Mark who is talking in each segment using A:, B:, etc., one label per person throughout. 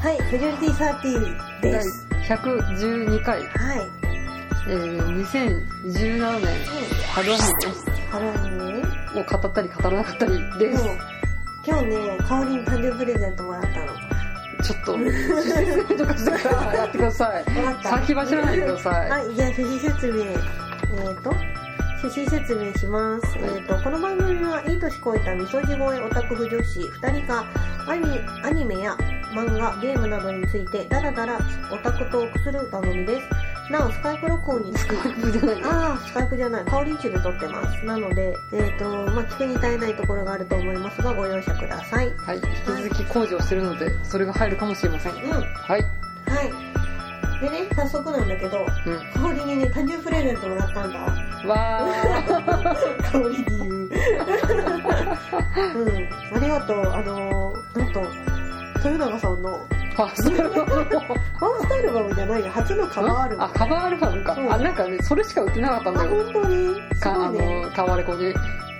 A: はい、フジョリティサーティ
B: 第
A: です。
B: 112回、
A: はい。
B: えー、2017年春ア
A: 春アニメ
B: ニメを語ったり語らなかったりで
A: そ
B: す。
A: う。今日ね、かおりに誕生日プレゼントもらったの。わ
B: ちょっと、説明とかしてからやってく ださい。
A: かった。
B: 先走らないでください。
A: はい、じゃあ、趣旨説明。えー、と、趣旨説明します。えー、と、この番組は、いい年こいたみそじ声オタク婦女子2人がアニ、アニメや漫画、ゲームなどについて、ダラダラオタクトークする番組です。なお、スカイプ録音につき、
B: じゃないの
A: ああ、スカイプじゃない、カオリンチで撮ってます。なので、えっ、ー、と、まあ、聞くに耐えないところがあると思いますが、ご容赦ください。うん。
B: はい、引き続き工事をしてるので、それが入るかもしれません。
A: は
B: はい、
A: い。でね、早速なんだけど、
B: う
A: カオリにね、誕生日プレゼントもらったんだ。
B: ん。わ
A: 香り 理由うんありがとうあのーなんと豊永さんの
B: ー。あ、そう
A: ファーストアルバムじゃないよ初のカバーアルバ
B: あ、
A: ム
B: カバーアルバムか。
A: そう
B: あ、なんかね、それしか売ってなかったん
A: あ
B: だよ。
A: 本当にす
B: か
A: ご
B: あ
A: いね
B: の、タワレコに。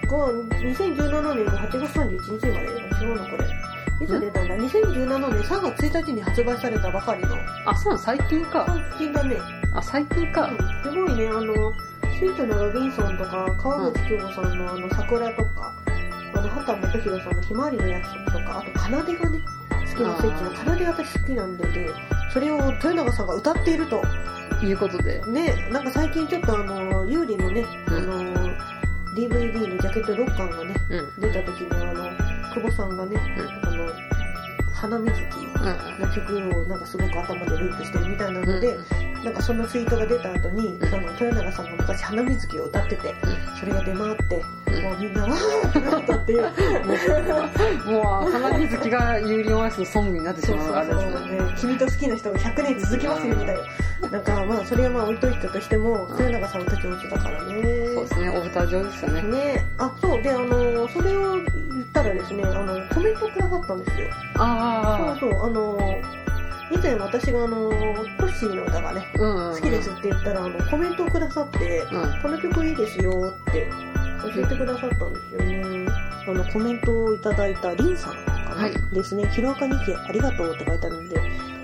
A: こう2017年の8月31日まで違うのこれいつ出たんだ2017年3月1日に発売されたばかりの
B: あ、そうなの最近か。
A: 最近だね
B: あ、最近か。
A: すごいねあのスイートなロビンソンとか川口京子さんのあの桜とか、あの畑基博さんのひまわりの約束とかあと奏がね好きなスイッチの奏で私好きなんででそれを豊永さんが歌っていると
B: いうことで。
A: ねなんか最近ちょっとあの優里のね、
B: うん
A: あの DVD のジャケット6巻がね
B: うん。
A: 出た時にあの久保さんがね、あの花水木
B: う。
A: の曲をなんかすごく頭でループしてるみたいなんので、なんかそのツイートが出た後に、
B: ん
A: その豊永さんが昔「花水木」を歌ってて、それが出回って、
B: うん
A: もうみんなわーってなったっていう
B: もう、花水木がユーリオンアイスのソングになってし
A: そうそう
B: まう
A: そ
B: あれです
A: う、
B: ね。
A: ね、君と好きな人が100年続きますよみたいななんかまあそれはまあ置いといたとしても
B: うん
A: 豊永さんたちもだからね
B: そうですね、お歌上手でしたね。
A: ねあそうであのそれを言ったらですねあのコメントくださったんですよそ
B: あ
A: うそうあの以前私があのトッシーの歌がね
B: あ、うん。
A: 好きですって言ったらあのコメントをくださって
B: うん。
A: この曲いいですよって教えてくださったんですよね。あの、コメントをいただいたリンさんかな、
B: はい
A: ですね。ヒロアカ2期ありがとうって書いてあるんで、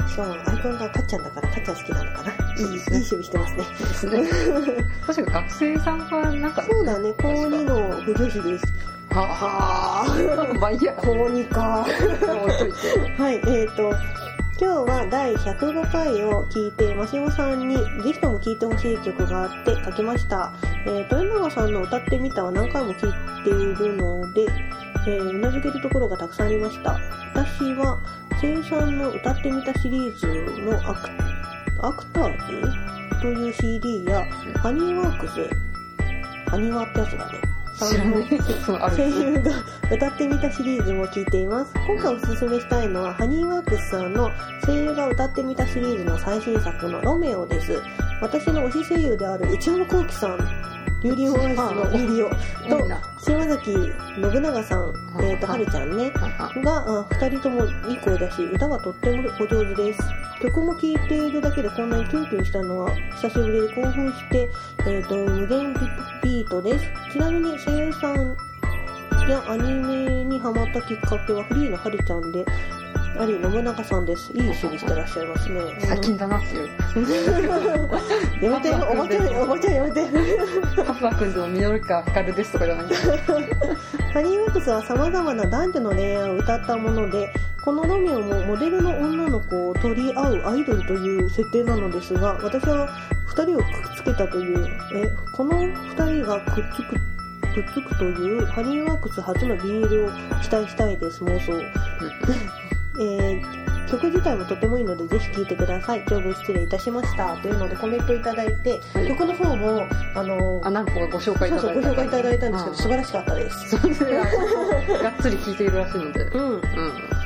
A: しかもアイコンがカッちゃんだから、カッちゃん好きなのかな。いい、いい
B: ですね
A: 趣味してますね。
B: ですね。確か学生さんがなんか、
A: そうだね、高2
B: の。
A: の不女子です。
B: はあ、まあいいや、
A: 高2か。
B: 置いといて。
A: はい、えーと、今日は第105回を聞いて、マシモさんにぜひとも聴いてほしい曲があって書きました。えー、豊永さんの歌ってみたは何回も聴いているので、えー、うなずけるところがたくさんありました。私は、生産の歌ってみたシリーズのアクアクターズという CD や、ハニーワークス、ハニワってやつだね。
B: 知らねえ、そう、ある
A: 声優が歌ってみたシリーズも聞いています今回おすすめしたいのはハニーワークスさんの声優が歌ってみたシリーズの最新作の「ロメオ」です私の推し声優である内山聖輝さんユリオアイスのユリオ
B: と。
A: と
B: いいな。
A: 島崎信長さん、えー、とはるちゃんねがあ2人ともいい声だし歌がとってもお上手です曲も聴いているだけでこんなにキュンキュンしたのは久しぶりで興奮して、えー、と無限ビビートですちなみに声優さんやアニメにハマったきっかけはフリーのはるちゃんであり信長さんですいい趣味してらっしゃいますね
B: 最近だなっていう。
A: やめておばちゃんおばちゃんやめて
B: パパ君とミノルカヒカルですとかじゃないんだ。
A: ハニーワークスは様々な男女の恋愛を歌ったもので、このロミオもモデルの女の子を取り合うアイドルという設定なのですが、私は二人をくっつけたという、え、この二人がくっつく、くっつくというハニーワークス初の BL を期待したいです、 妄想。えー曲自体もとてもいいのでぜひ聴いてください。長文失礼いたしました。というのでコメントいただいて、
B: はい
A: 曲の方も、あの
B: あ、なんかご紹介い
A: そうそう
B: ただい
A: ご
B: た。
A: 紹介いただいたんですけど、
B: うん
A: 素晴らしかったです。
B: そうですね。がっつり聞いているらしいので。
A: うん。
B: うん。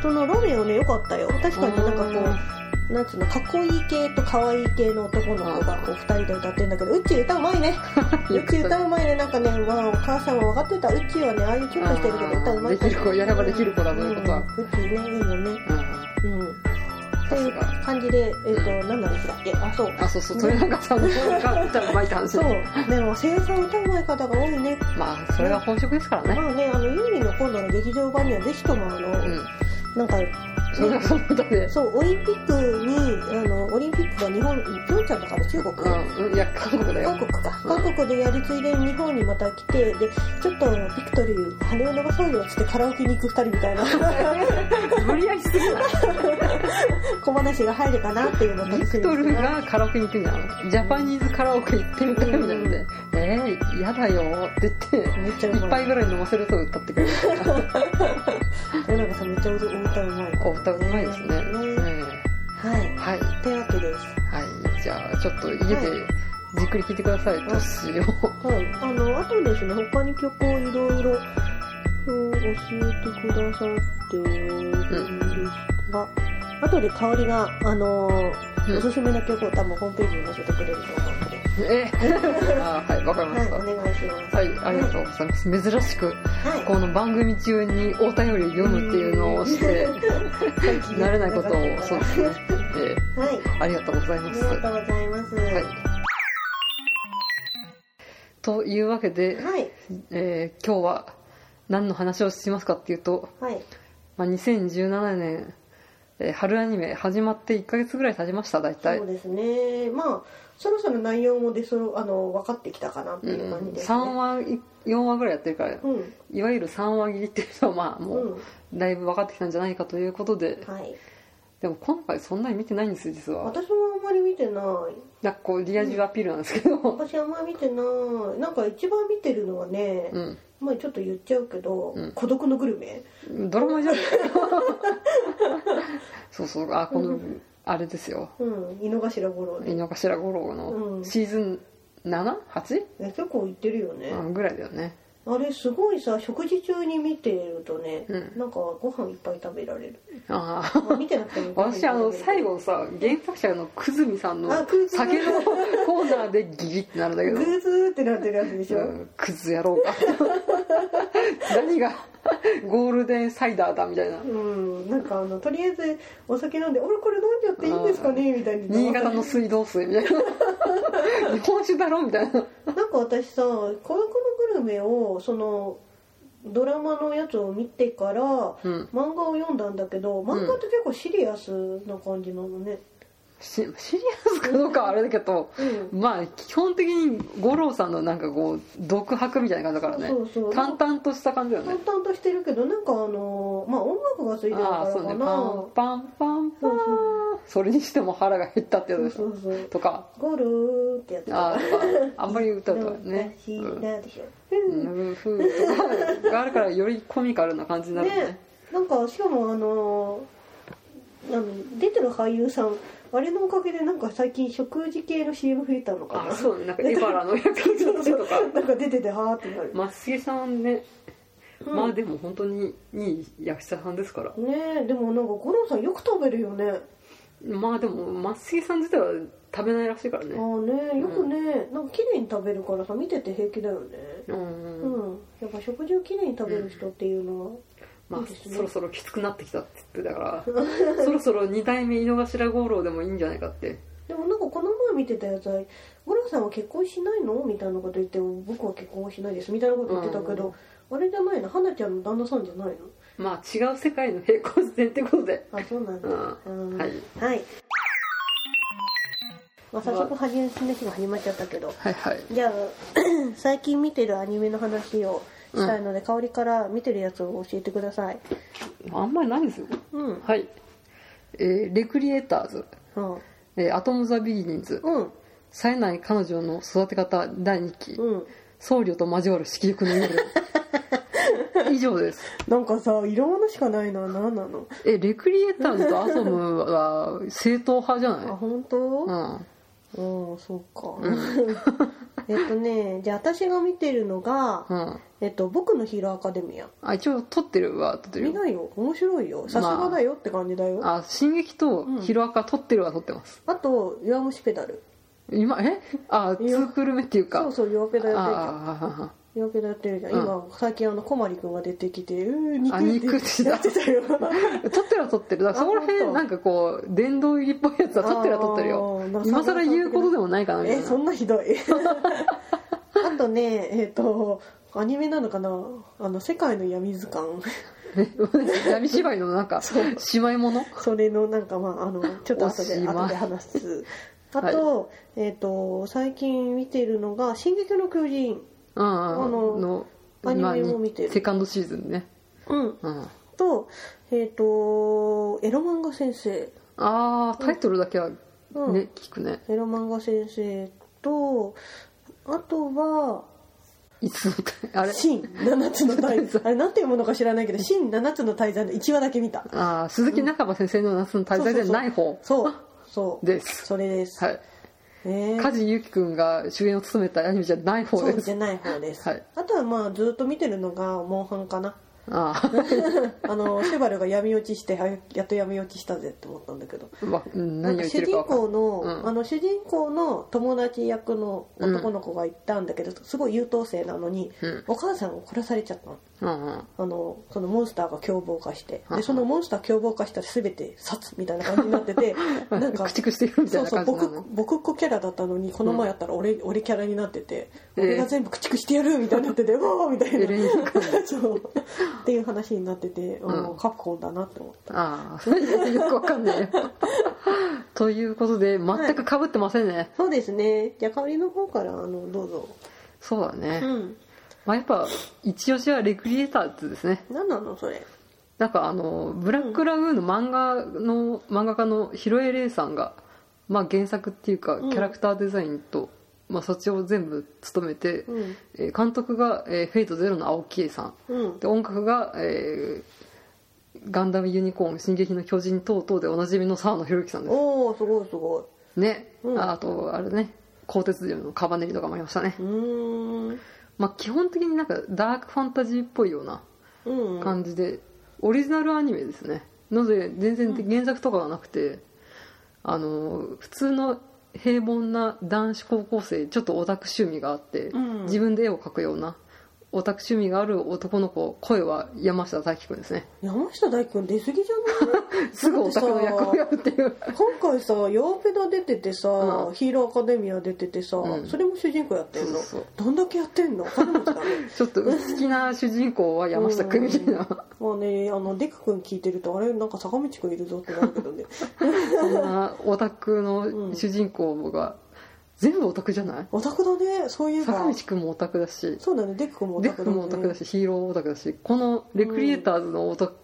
A: そのロメオね良かったよ確かになんかこ
B: うん
A: うなんつうのかっこいい系と可愛い系の男の子がこう2人で歌ってるんだけどうっちー歌うまいねうっちー歌うまいねなんかね、まあ、お母さんは分かってたうっちーはねああいうキュンとしてるけど歌うまい
B: できる子やればできる子だということは
A: うんうっちーねいいよね
B: うん
A: うんという感じで、えっ、と、何なんでしたっけあ、そう。
B: あそうそう豊永さんの方が歌うまいって話
A: そう。でも、声優さん歌うまい方が多いね。
B: まあそれが本職ですからね
A: まあね、あの、ユーミンの今度の劇場版にはぜひとも、あの、
B: うん
A: なんか、
B: 豊永さんの歌で
A: そう、オリンピックに、あの、オリンピックが日本、ピョンチャンとかで中国、
B: うんいや韓国だよ
A: 韓国か。韓国でやりついでに日本にまた来て、で、ちょっとビクトリー、羽を伸ばそうよっつってカラオケに行く二人みたいな
B: 無理やりすぎない
A: 小話が入るかなっていうのを楽
B: ビ
A: し
B: ク
A: みに
B: ト
A: し
B: ル
A: てます
B: がカラオケに行くんじゃんジャパニーズカラオケ行ってみたいみたいなんで「えー、嫌だよ」って言って
A: めっちゃう
B: 一
A: まい。
B: 杯ぐらい飲ませると歌ってくれる
A: え、なんかさ、めっちゃお歌うまい。
B: お歌うまいですね、
A: はい
B: うん。はい
A: ってわけです。
B: はいじゃあちょっと家でじっくり聴いてください、
A: ん
B: トッシーを
A: はい、あの、あとですね、他に曲をいろいろうん教えてくださっているんですが、あとで香りが、あのー
B: うん
A: おすすめの曲を多分ホームページに載せてくれると思うので、
B: えあーはいわかりました、
A: はい、お願いします。
B: はい、ありがとうございます。珍しく、
A: はい、
B: この番組中にお便りを読むっていうのをして、慣れないことを、そうですね。え
A: はい、
B: ーありがとうござい
A: あ
B: ま
A: り
B: す。
A: が
B: は
A: とうございます。
B: い。というわけで、
A: はい、
B: えー今日は何の話をしますかっていうと、
A: はい、
B: まあ、2017年、えー春アニメ始まって1ヶ月ぐらい経ちました、大体
A: そう。ですね。まあ、そろそろ内容も出そろ、あの、分かってきたかなって
B: う、
A: いうん感じです
B: 3
A: ね。
B: 話、4話ぐらいやってるから、
A: うん、
B: いわゆる3話切りっていうのは、まあ、も
A: う
B: う、
A: ん、
B: だいぶ分かってきたんじゃないかということで、
A: はい。
B: でも今回そんなに見てないんですよ実は
A: 私もあんまり見てない。
B: なんかこうリア充アピールなんですけ ど
A: 私あんまり見てないなんか一番見てるのはね、
B: うん、
A: まあちょっと言っちゃうけど「
B: うん
A: 孤独のグルメ
B: ドラマじゃんそうそうあこの、
A: うん
B: あれですよ」
A: うん井の頭五郎
B: 井
A: で、
B: の頭五郎
A: うん
B: のシーズン 7?8?
A: ね、結構行ってるよね、
B: うん、ぐらいだよね
A: あれすごいさ食事中に見てるとね、
B: うん
A: なんかご飯いっぱい食べられる、
B: ああ
A: まあ、見てなくても
B: 私あの最
A: 後
B: 後さ原作者の久住さんの
A: あ久住
B: 酒のコーナーでギリってなるんだけ
A: グ
B: ど
A: ーズーってなってるやつでしょ、
B: うんクズやろうか何がゴールデンサイダーだみたいな
A: うん、なんかあのとりあえずお酒飲んで「俺これ飲んじゃっていいんですかね?」みたいに
B: 新潟の水道水みたいな日本酒だろみたいな
A: なんか私さ「孤独のグルメ」をそのドラマのやつを見てから
B: うん
A: 漫画を読んだんだけど漫画って結構シリアスな感じなのね、
B: シシリアスかどうかはあれだけど
A: うん
B: まあ基本的に五郎さんのなんかこう独白みたいな感じだからね
A: そうそう
B: 淡々とした感じだよね
A: 淡々としてるけどなんかあのまあ音楽がついてるか
B: ああ
A: ら
B: そう
A: か
B: ね
A: な
B: パンパンパンパ
A: そうそう
B: ンそれにしても腹が減ったってやつ
A: そう
B: でし
A: そ
B: ょ
A: うそう
B: とか
A: ゴルーってやつ
B: あああんまり歌うとはね
A: 私だでしょ、
B: うんうんふうとかがあるからよりコミカルな感じになる
A: ね
B: ね
A: なんかしかもあのあの出てる俳優さんあれのおかげでなんか最近食事系の CM 増えたのか
B: あ
A: な
B: そうねなんかエバラの役に なってとか
A: なんか出ててはーってなる、
B: 松重さんね
A: うん
B: まあでも本当にいい役者さんですから、
A: ねえでもなんか五郎さんよく食べるよね
B: まあでも松重さん自体は食べないらしいか
A: あ
B: ら
A: あ
B: ね
A: ねよくね、なんか綺麗に食べるからさ見てて平気だよね
B: うん、
A: うんやっぱ食事を綺麗に食べる人っていうのは、
B: ま
A: い
B: あ
A: いですね
B: そろそろきつくなってきたって言ってたから そろそろ二代目井の頭五郎でもいいんじゃないかって
A: でもなんかこの前見てたやつは「五郎さんは結婚しないの?」みたいなこと言っても「僕は結婚はしないです」みたいなこと言ってたけど、あれじゃないの花ちゃんの旦那さんじゃないの
B: まあ違う世界の平行線ってことで
A: あそうなんだ、
B: うん
A: うん
B: はい、
A: はいまあ、早速始め話が始まっちゃったけど
B: はいはい
A: じゃあ 最近見てるアニメの話をしたいので、香りから見てるやつを教えてください
B: あんまりないんですよ
A: うん
B: はいえーレクリエーターズ、
A: うん
B: えーアトム・ザ・ビギニンズ
A: うん
B: 冴えない彼女の育て方第2期、
A: うん
B: 僧侶と交わる色欲 の夜以上です
A: なんかさ色物しかないのは何なの
B: えレクリエーターズとアトムは正統派じゃ
A: あ
B: ない
A: 本当
B: うん
A: うん、そうか、 えっとねじゃあ私が見てるのが
B: う、ん
A: えっと「僕のヒーローアカデミア
B: あ一応撮ってるは撮っ」てる
A: 見
B: よ
A: ないよ面白いよさすがだよって感じだよ、あ
B: あ進撃とヒロアカ撮ってるは撮ってます
A: と「弱虫ペダル
B: 今えあツ
A: いや
B: ークール目っていう」か
A: そうそう「弱ペダル」
B: あ
A: よくなってるじゃん、
B: うん
A: 今最近あの小まりくんが出てきて「うー
B: あ
A: 肉」
B: 肉って
A: ってなってたよ
B: 撮ってるは撮ってるだからそこら
A: あ本
B: 辺
A: 当
B: なんかこう殿堂入りっぽいやつは撮ってるは撮ってるよ
A: あーなんか
B: 今更言うことで
A: も
B: もないかなみたい
A: え
B: な
A: そんなひどい あとねえっ、とアニメなのかなあの「世界の闇図 鑑」
B: 闇芝居のなんか
A: そう
B: 姉妹もの
A: それのなんかまああのちょっと後
B: お
A: で
B: しまい
A: 後で話すあと、えっ、と最近見てるのが「進撃の巨人
B: うん
A: あのアニ
B: まあ
A: メも見てる
B: セカンドシーズンね」
A: うん、
B: うんあ
A: とえっ、と「エロ漫画先生」
B: あータイトルだけはね
A: うん
B: 聞くね
A: エロ漫画先生とあとは
B: いつのあ
A: 「
B: れ
A: 新 七つの大罪」あれなんていうものか知らない けど「新七つの大罪」の1話だけ見た
B: あー鈴木中葉先生の夏の滞在じゃない方
A: そうそう
B: です
A: それです、
B: はい
A: えー
B: 梶裕貴君が主演を務めたアニメじゃない方
A: そう
B: で
A: じ
B: す
A: ゃない方です、
B: はい
A: あとはまあずっと見てるのがモンハンか な
B: ああ
A: あのシェバルが闇落ちしてはやっと闇落ちしたぜって思ったんだけど
B: わうん
A: な
B: 何
A: ん
B: を
A: か
B: 言っ
A: 主
B: てるか
A: 人
B: 分かん
A: 公の、
B: うん
A: あの主人公の友達役の男の子がいたんだけど、すごい優等生なのに、
B: うん
A: お母さんを殺されちゃったの
B: うんうん
A: あのそのモンスターが凶暴化して
B: は
A: で
B: は
A: そのモンスター凶暴化したら全て殺みたいな感じになって てなんか
B: 駆逐しているみたい
A: そう
B: な
A: そう
B: 感じなの
A: 僕僕っ子キャラだったのにこの前やったら俺,、俺キャラになってて
B: えー
A: 俺が全部駆逐してやるみたいになってて「おお!」みたい
B: エレン
A: な
B: ジ
A: そうっていう話になってて、あの
B: うん
A: カプコンだなって思った
B: ああそれ よくわかんないよということで全く被ってませんね、
A: そうですねじゃあ香りの方からあのどうぞ
B: そうだね、
A: うん
B: まあ、やっぱ一押しはレクリエーターズですね
A: 何なのそれ
B: なんかあのブラックラグーンの漫画の漫画家のヒロエレイさんが、まあ、原作っていうか
A: うん
B: キャラクターデザインと、まあ、そっちを全部務めて、
A: うん
B: えー監督が、えーフェイトゼロ」の青木恵さん
A: うん
B: で音楽が、えーガンダムユニコーン進撃の巨人」等々でおなじみの沢野弘樹さんです
A: おおすごいすごい
B: ね、
A: うん
B: ああとあれね鋼鉄竜のカバネリとかもありましたね
A: う、ーん
B: まあ、基本的になんかダークファンタジーっぽいような
A: うん
B: 感じで、オリジナルアニメですねので全然原作とかがなくて、あの普通の平凡な男子高校生ちょっとオタク趣味があって、
A: うん
B: 自分で絵を描くようなオタク趣味がある男の子声は山下大輝くんですね
A: 山下大輝くん出過ぎじゃない
B: すぐオタクの役をやるっていう
A: 今回さ「ヨーペダ」出ててさ、
B: うん
A: ヒーローアカデミア出ててさ、
B: うん
A: それも主人公やってんの
B: そうそう
A: どんだけやってんの金持ちだね
B: ちょっと好きな主人公は山下くんみたいな
A: まあねあのデク君聞いてるとあれなんか坂道くんいるぞってなるけどね
B: そんなオタクの主人公が全部オタクじゃない
A: オタクだねそういえば
B: 坂道くんもオタクだし
A: そうだねデク君もオ
B: デ
A: タ
B: ッ
A: ク
B: ク
A: だね
B: もオタクだしヒーローオタクだしこのレクリエイターズのオタク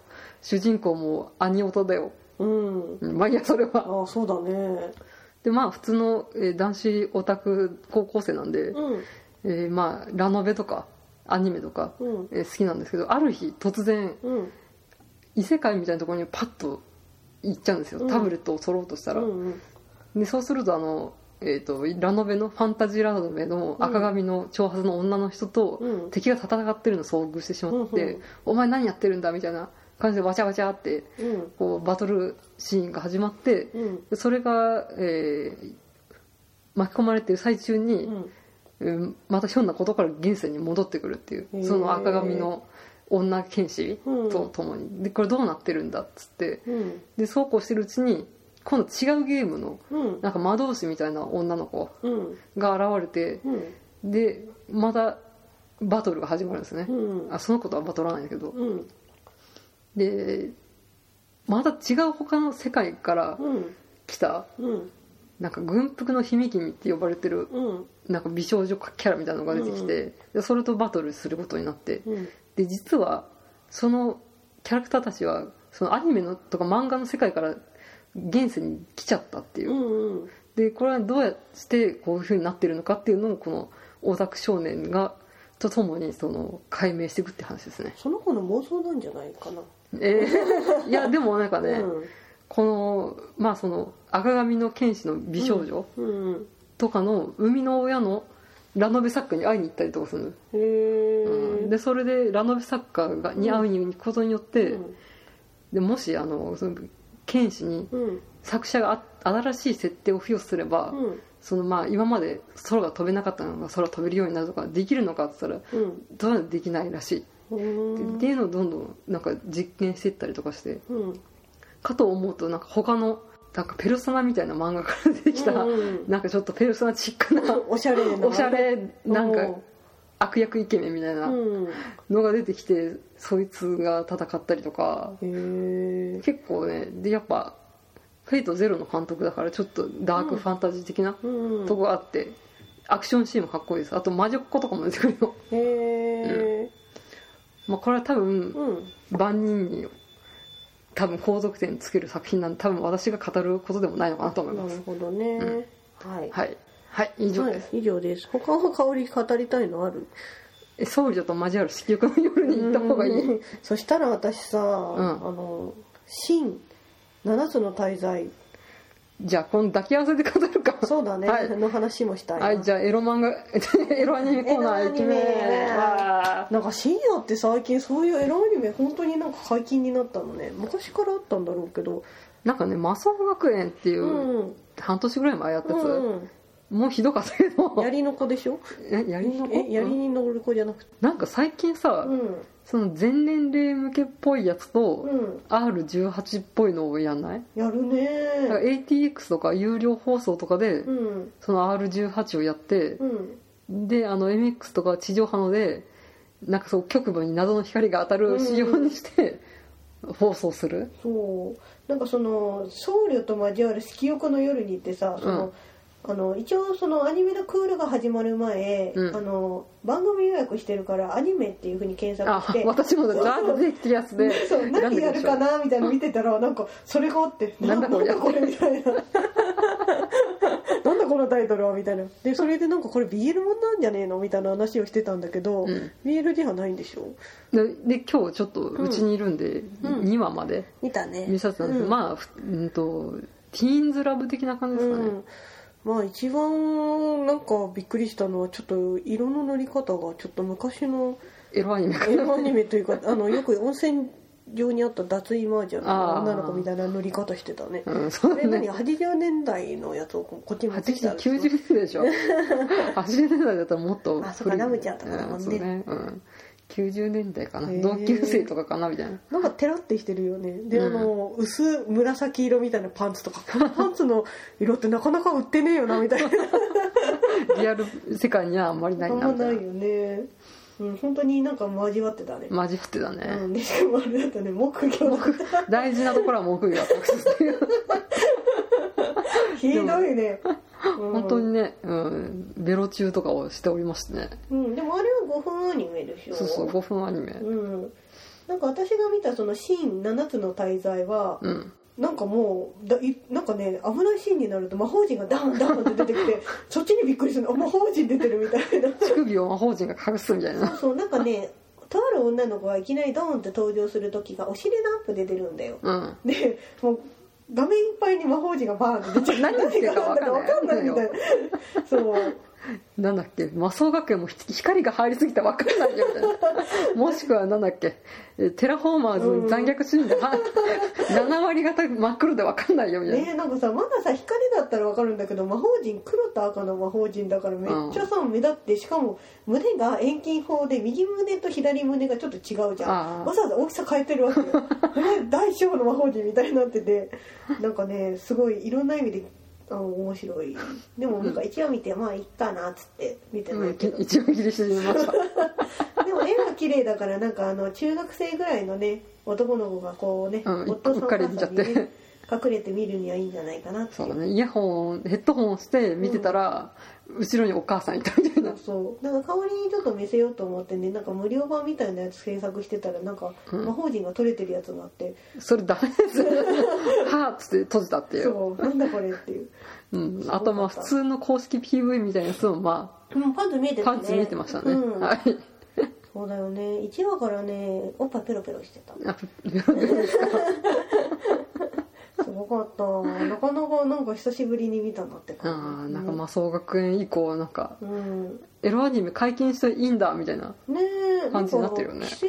B: 主人公もアニオタだよ
A: うん
B: うんまあいいやそれは
A: ああそうだね
B: でまあ普通のえー男子オタク高校生なんで、
A: うん
B: えーまあラノベとかアニメとか、
A: うん
B: えー好きなんですけどある日突然
A: うん
B: 異世界みたいなところにパッと行っちゃうんですよ、
A: うん
B: タブレットを取ろうとした
A: う
B: ら、
A: ん
B: でそうするとあの、えー、とラノベのファンタジーラノベの赤髪の長髪の女の人と
A: うん
B: 敵が戦ってるのを遭遇してしまって「
A: うんうん
B: お前何やってるんだ」みたいな感じでわちゃわちゃって
A: うん
B: こうバトルシーンが始まって
A: うん
B: でそれが、えー巻き込まれてる最中
A: う
B: に、
A: ん
B: うんまたひょんなことから現世に戻ってくるってい
A: へ
B: う
A: ー
B: その赤髪の女剣士
A: う
B: と
A: ん
B: 共にでこれどうなってるんだっつって
A: うん
B: でそうこうしてるうちに今度違うゲームの
A: うん
B: なんか魔導士みたいな女の子
A: うん
B: が現れて
A: うん
B: でまたバトルが始まるんですね、
A: うん
B: あその子とはバトらないんだけど
A: うん
B: でまた違う他の世界から
A: うん
B: 来た
A: うん
B: なんか軍服の姫君って呼ばれてる
A: うん
B: なんか美少女キャラみたいなのが出てきて、でそれとバトルすることになって
A: うん
B: で実はそのキャラクターたちはそのアニメのとか漫画の世界から現世に来ちゃったっていう
A: うんうん
B: でこれはどうやってこういうふうになってるのかっていうのをこのオタク少年がとともにその解明していくって話ですね
A: その子の妄想なんじゃないかな、
B: えーいやでもなんかね、
A: うん
B: このまあその赤髪の剣士の美少女
A: うん
B: とかの生みの親のラノベ作家に会いに行ったりとかするの、
A: へえ、
B: うんでそれでラノベ作家がに会うにことによって、
A: うん
B: でもしあのその剣士に
A: うん
B: 作者があ新しい設定を付与すれば、
A: うん
B: そのまあ今まで空が飛べなかったのが空飛べるようになるとかできるのかって言ったら
A: うん
B: どうやらできないらしいっ
A: うん
B: てっていうのをどんどんなんか実験していったりとかして
A: うん
B: かと思うとなんか他のなんかペルソナみたいな漫画から出てきた、
A: うん
B: なんかちょっとペルソナチックな
A: おしゃれな
B: おしゃれなん
A: う
B: か
A: ん
B: 悪役イケメンみたいな
A: うん
B: のが出てきてそいつが戦ったりとか
A: へえ
B: 結構ねでやっぱ「フェイトゼロの監督だからちょっとダークファンタジー的な
A: うん
B: とこあって、アクションシーンもかっこいいですあと魔女っ子とかも出てくるよ、
A: へえ
B: まあ、これは多分
A: うん
B: 万人に多分高得点つける作品なんで多分私が語ることでもないのかなと思いま
A: な
B: す
A: るほどね
B: うん
A: はい
B: はいはい以上です、
A: はい以上です他は香り語りたいのある
B: え僧侶と交わる色欲の夜に行った方がいい、
A: うんそしたら私さ、あの「新七つの大 罪
B: じゃあこの抱き合わせで語る」か
A: そうだね、
B: はい
A: の話もしたいな、
B: はいじゃあエロ漫画 エロアニメコーナー行きま
A: エロアニメ
B: ー
A: なんか深夜って最近そういうエロアニメ本当になんか解禁になったのね昔からあったんだろうけど、
B: なんかね魔装学園っていううん半年ぐらい前やったやつ、
A: うん
B: もうひどかったけど
A: 槍の子でしょ
B: え やりの子
A: え槍に乗る子じゃなくて
B: なんか最近さ、
A: うん
B: その全年齢向けっぽいやつと、
A: うん
B: R18 っぽいのをやんない
A: やる
B: だから
A: ね
B: ATX とか有料放送とかで、
A: うん
B: その R18 をやって
A: う、ん
B: であの MX とか地上波のでなんかそう局部に謎の光が当たる仕様にして、放送する
A: そうなんかその僧侶と交わる色欲の夜にってさその、あの一応そのアニメのクールが始まる前、
B: うん
A: あの番組予約してるからアニメっていうふうに検索
B: あ
A: して
B: 私もだザーッと出てきてるやつで
A: そう
B: 選ん
A: 何
B: で
A: や
B: くで
A: る
B: しょ
A: かなみたいなの見てたらなんかそれがあって
B: なんだこれ
A: なんこれみたいな なんだこのタイトルはみたいなでそれでなんかこれ BL もんなんじゃねえのみたいな話をしてたんだけど、
B: うん
A: BL ではないんでしょ
B: でで今日ちょっとうちにいるんで、
A: うん
B: 2話まで
A: 見たね
B: 見させたんですけど、
A: うん
B: まあふうんとティーンズラブ的な感じですかね、
A: うん、まあ一番なんかびっくりしたのはちょっと色の塗り方がちょっと昔の
B: エロアニメか
A: エロアニメというかあのよく温泉場にあった脱衣マージャンの
B: あー
A: 女の子みたいな塗り方してたね。
B: うんそう
A: あれ
B: だ
A: 何
B: ね
A: 80年代のやつをここっちに持ってきたん
B: 80
A: ですか
B: 90年代でしょ 80年代だったらもっと
A: あそうかラムちゃんとかだも
B: うんん
A: ね
B: そうね、うん、90年代かな
A: へー
B: 同級生とかかなみたいな
A: なんかテラってしてるよねで、
B: うん
A: あの薄紫色みたいなパンツとかこのパンツの色ってなかなか売ってねえよなみたい な
B: リアル世界にはあんまりな
A: あ
B: い
A: ん
B: な
A: ま
B: みた
A: ないい
B: な
A: よね、うん、本当になんか交わってたね、
B: 交わってたね、
A: うん、でし かもあれだったね木魚
B: 大事なところは木魚だったっていう
A: ひどいね、うん
B: 本当にね、うん、ベロ中とかをしておりましてね
A: うん、でもあれは5分アニメでしょ
B: そうそう5分アニメ
A: うん、なんか私が見たそのシーン7つの大罪は、
B: うん
A: なんかもうだいなんかね危ないシーンになると魔法陣がダンダンって出てき てそっちにびっくりするのあ魔法陣出てるみたいな
B: 乳首を魔法陣が隠すみたい な
A: そうなんかねとある女の子がいきなりドーンって登場する時がお尻のアップで出るんだよ
B: うん
A: でもう画面いっぱいに魔法陣がバーンって出ちゃう
B: 何言ってるか
A: 何が何だか分かんないみたいなそう
B: なんだっけ魔装学園もひ光が入りすぎて分かんないよみたい なもしくはなんだっけえテラフォーマーズの残虐シーンで、は 7割方真っ黒で分かんないよみたいな、
A: ねえなんかさまださ光だったらわかるんだけど魔法陣黒と赤の魔法陣だからめっちゃさ、目立ってしかも胸が遠近法で右胸と左胸がちょっと違うじゃん
B: ああ
A: わざわざ大きさ変えてるわけよこれ大小の魔法陣みたいになって てなんかねすごいいろんな意味であの面白いでもなんか一応見て、まあいっかなっつって見て
B: う
A: ない
B: ん
A: けど、
B: 一応切り縮みました
A: でも絵が綺麗だからなんかあの中学生ぐらいのね男の子がこうね、
B: うん
A: 夫さんお母さんに、
B: うっかり見ちゃ
A: ね、隠れて見るにはいいんじゃないかなって
B: そうだねイヤホンヘッドホンをして見てたら、後ろにお母さんいたみたいな
A: そうなんか香りにちょっと見せようと思ってねなんか無料版みたいなやつ制作してたらなんか
B: うん
A: 魔法陣が取れてるやつがあって、
B: それダメですはあっつって閉じたっていう
A: そうなんだこれっていう
B: う、ん、あとまあ普通の公式 PV みたいなやつもま
A: うんパンツ見えて
B: あ
A: たね
B: パンツ見えてましたね、
A: うん
B: はい
A: そうだよね1話からねおっぱいペロペロしてた
B: あですか
A: すごかったなかなかなんか久しぶりに見たなって
B: あ
A: 感
B: ー
A: じ
B: なんか魔装学園以降なんか
A: うん
B: エロアニメ解禁していいんだみたいな
A: ねえ
B: 感じになってるよね
A: んか規制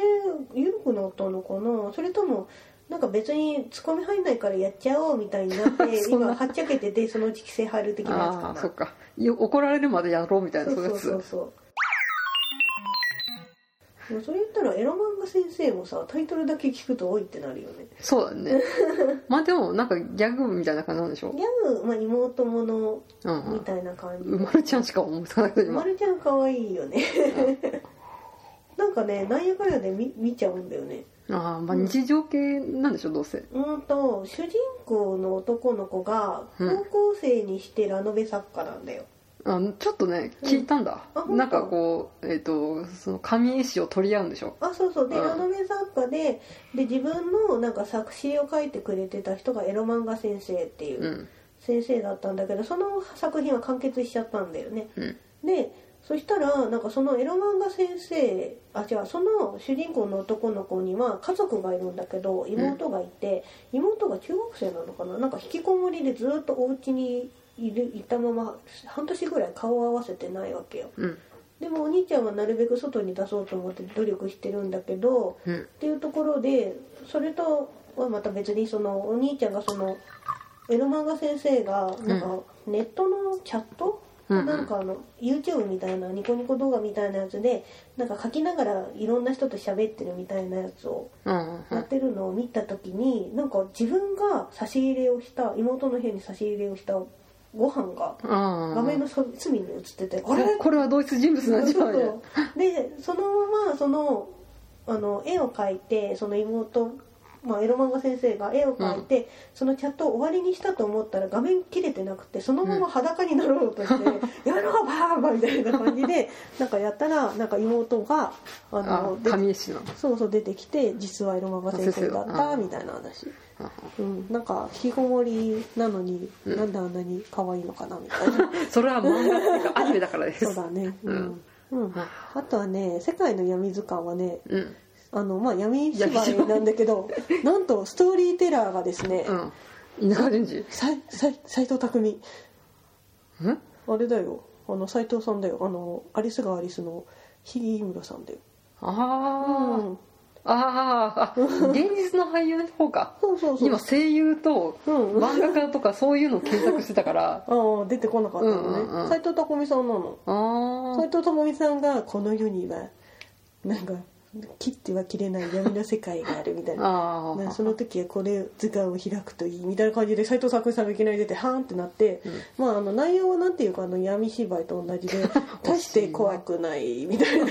A: 緩くなったのかなそれともなんか別にツッコミ入んないからやっちゃおうみたいになって
B: そんな
A: 今はっちゃけててそのうち規制入る的なやつか
B: あ
A: な
B: あーそっかよ怒られるまでやろうみたいな
A: そう
B: そういう
A: そ
B: や
A: うそう
B: つ
A: そうもうそれ言ったらエロ漫画先生もさタイトルだけ聞くと多いってなるよね
B: そうだねまあでもなんかギャグみたいな感じなんでしょ
A: ギャグ、まあ、妹もの
B: うんう
A: み
B: ん
A: たいな感じ
B: うまるちゃんしか思いつかないけど
A: ま
B: 今
A: るちゃん可愛いよねなんかねなんやかんやで見見ちゃうんだよね
B: ああまあ日常系なんでしょどうせ
A: うんと主人公の男の子が
B: うん
A: 高校生にしてラノベ作家なんだよ、
B: あちょっとね聞いたんだ、
A: あ本当
B: なんかこうえっ、とその紙絵師を取り合うんでしょ
A: あそうそうで、
B: うん
A: ラノベ作家でで自分のなんか作詞を書いてくれてた人がエロ漫画先生っていううん先生だったんだけどその作品は完結しちゃったんだよね
B: うん
A: でそしたらなんかそのエロ漫画先生あ違うその主人公の男の子には家族がいるんだけど妹がいて、妹が中学生なのかななんか引きこもりでずっとお家にいるいたまま半年ぐらい顔を合わせてないわけよ
B: うん
A: でもお兄ちゃんはなるべく外に出そうと思って努力してるんだけど
B: うん
A: っていうところでそれとはまた別にそのお兄ちゃんがそのエロ漫画先生がなんかネットのチャット、
B: うんうん
A: なんかあの YouTube みたいなニコニコ動画みたいなやつでなんか書きながらいろんな人と喋ってるみたいなやつを
B: うんう
A: やっ
B: ん
A: てるのを見た時になんか自分が差し入れをした妹の部屋に差し入れをしたご飯が
B: ああ
A: 画面のそ隅に映っててあ
B: こ
A: れ
B: れこれは同一人物なんじゃない
A: そうそうそうでそのままそのあの絵を描いてその妹、まあ、エロ漫画先生が絵を描いて、そのチャットを終わりにしたと思ったら画面切れてなくてそのまま裸になろうとして 「やろうバーバー」みたいな感じでなんかやったらなんか妹があ
B: あ
A: ので
B: 紙絵師なの
A: そうそう出てきて実はエロ漫画先生だっ
B: 先生だ
A: た
B: うん
A: みたいな話。
B: あ
A: うん、なんか引きこもりなのに、
B: うん
A: なんであんなに可愛いのかなみたいな
B: それは漫画っていうかアニメだからです
A: そうだね
B: うん、
A: うんうん、あとはね「世界の闇図鑑」はね
B: うん
A: あの、まあ、闇芝居なんだけ どなんとストーリーテラーがですね
B: うん稲川淳二
A: さいさい斎藤匠
B: うん
A: あれだよあの斎藤さんだよあのアリスがアリスの日村さんだよ、
B: あ
A: うん、
B: あ、あああ現実の俳優の方か
A: そうそうそう
B: 今声優と
A: うん
B: 漫画家とかそういうのを検索してたから
A: ああ出てこなかったのね、
B: うんうんうん
A: 斎藤匠さんなの
B: ああ
A: 斎藤匠さんがこの世にはなんか切っては切れない闇の世界があるみたいな
B: あ
A: な
B: あ
A: その時はこれ図鑑を開くといいみたいな感じで斎藤作さんがいきなり出てはーんってなって、まああの内容はなんていうかあの闇芝居と同 じで大して怖くないみたいな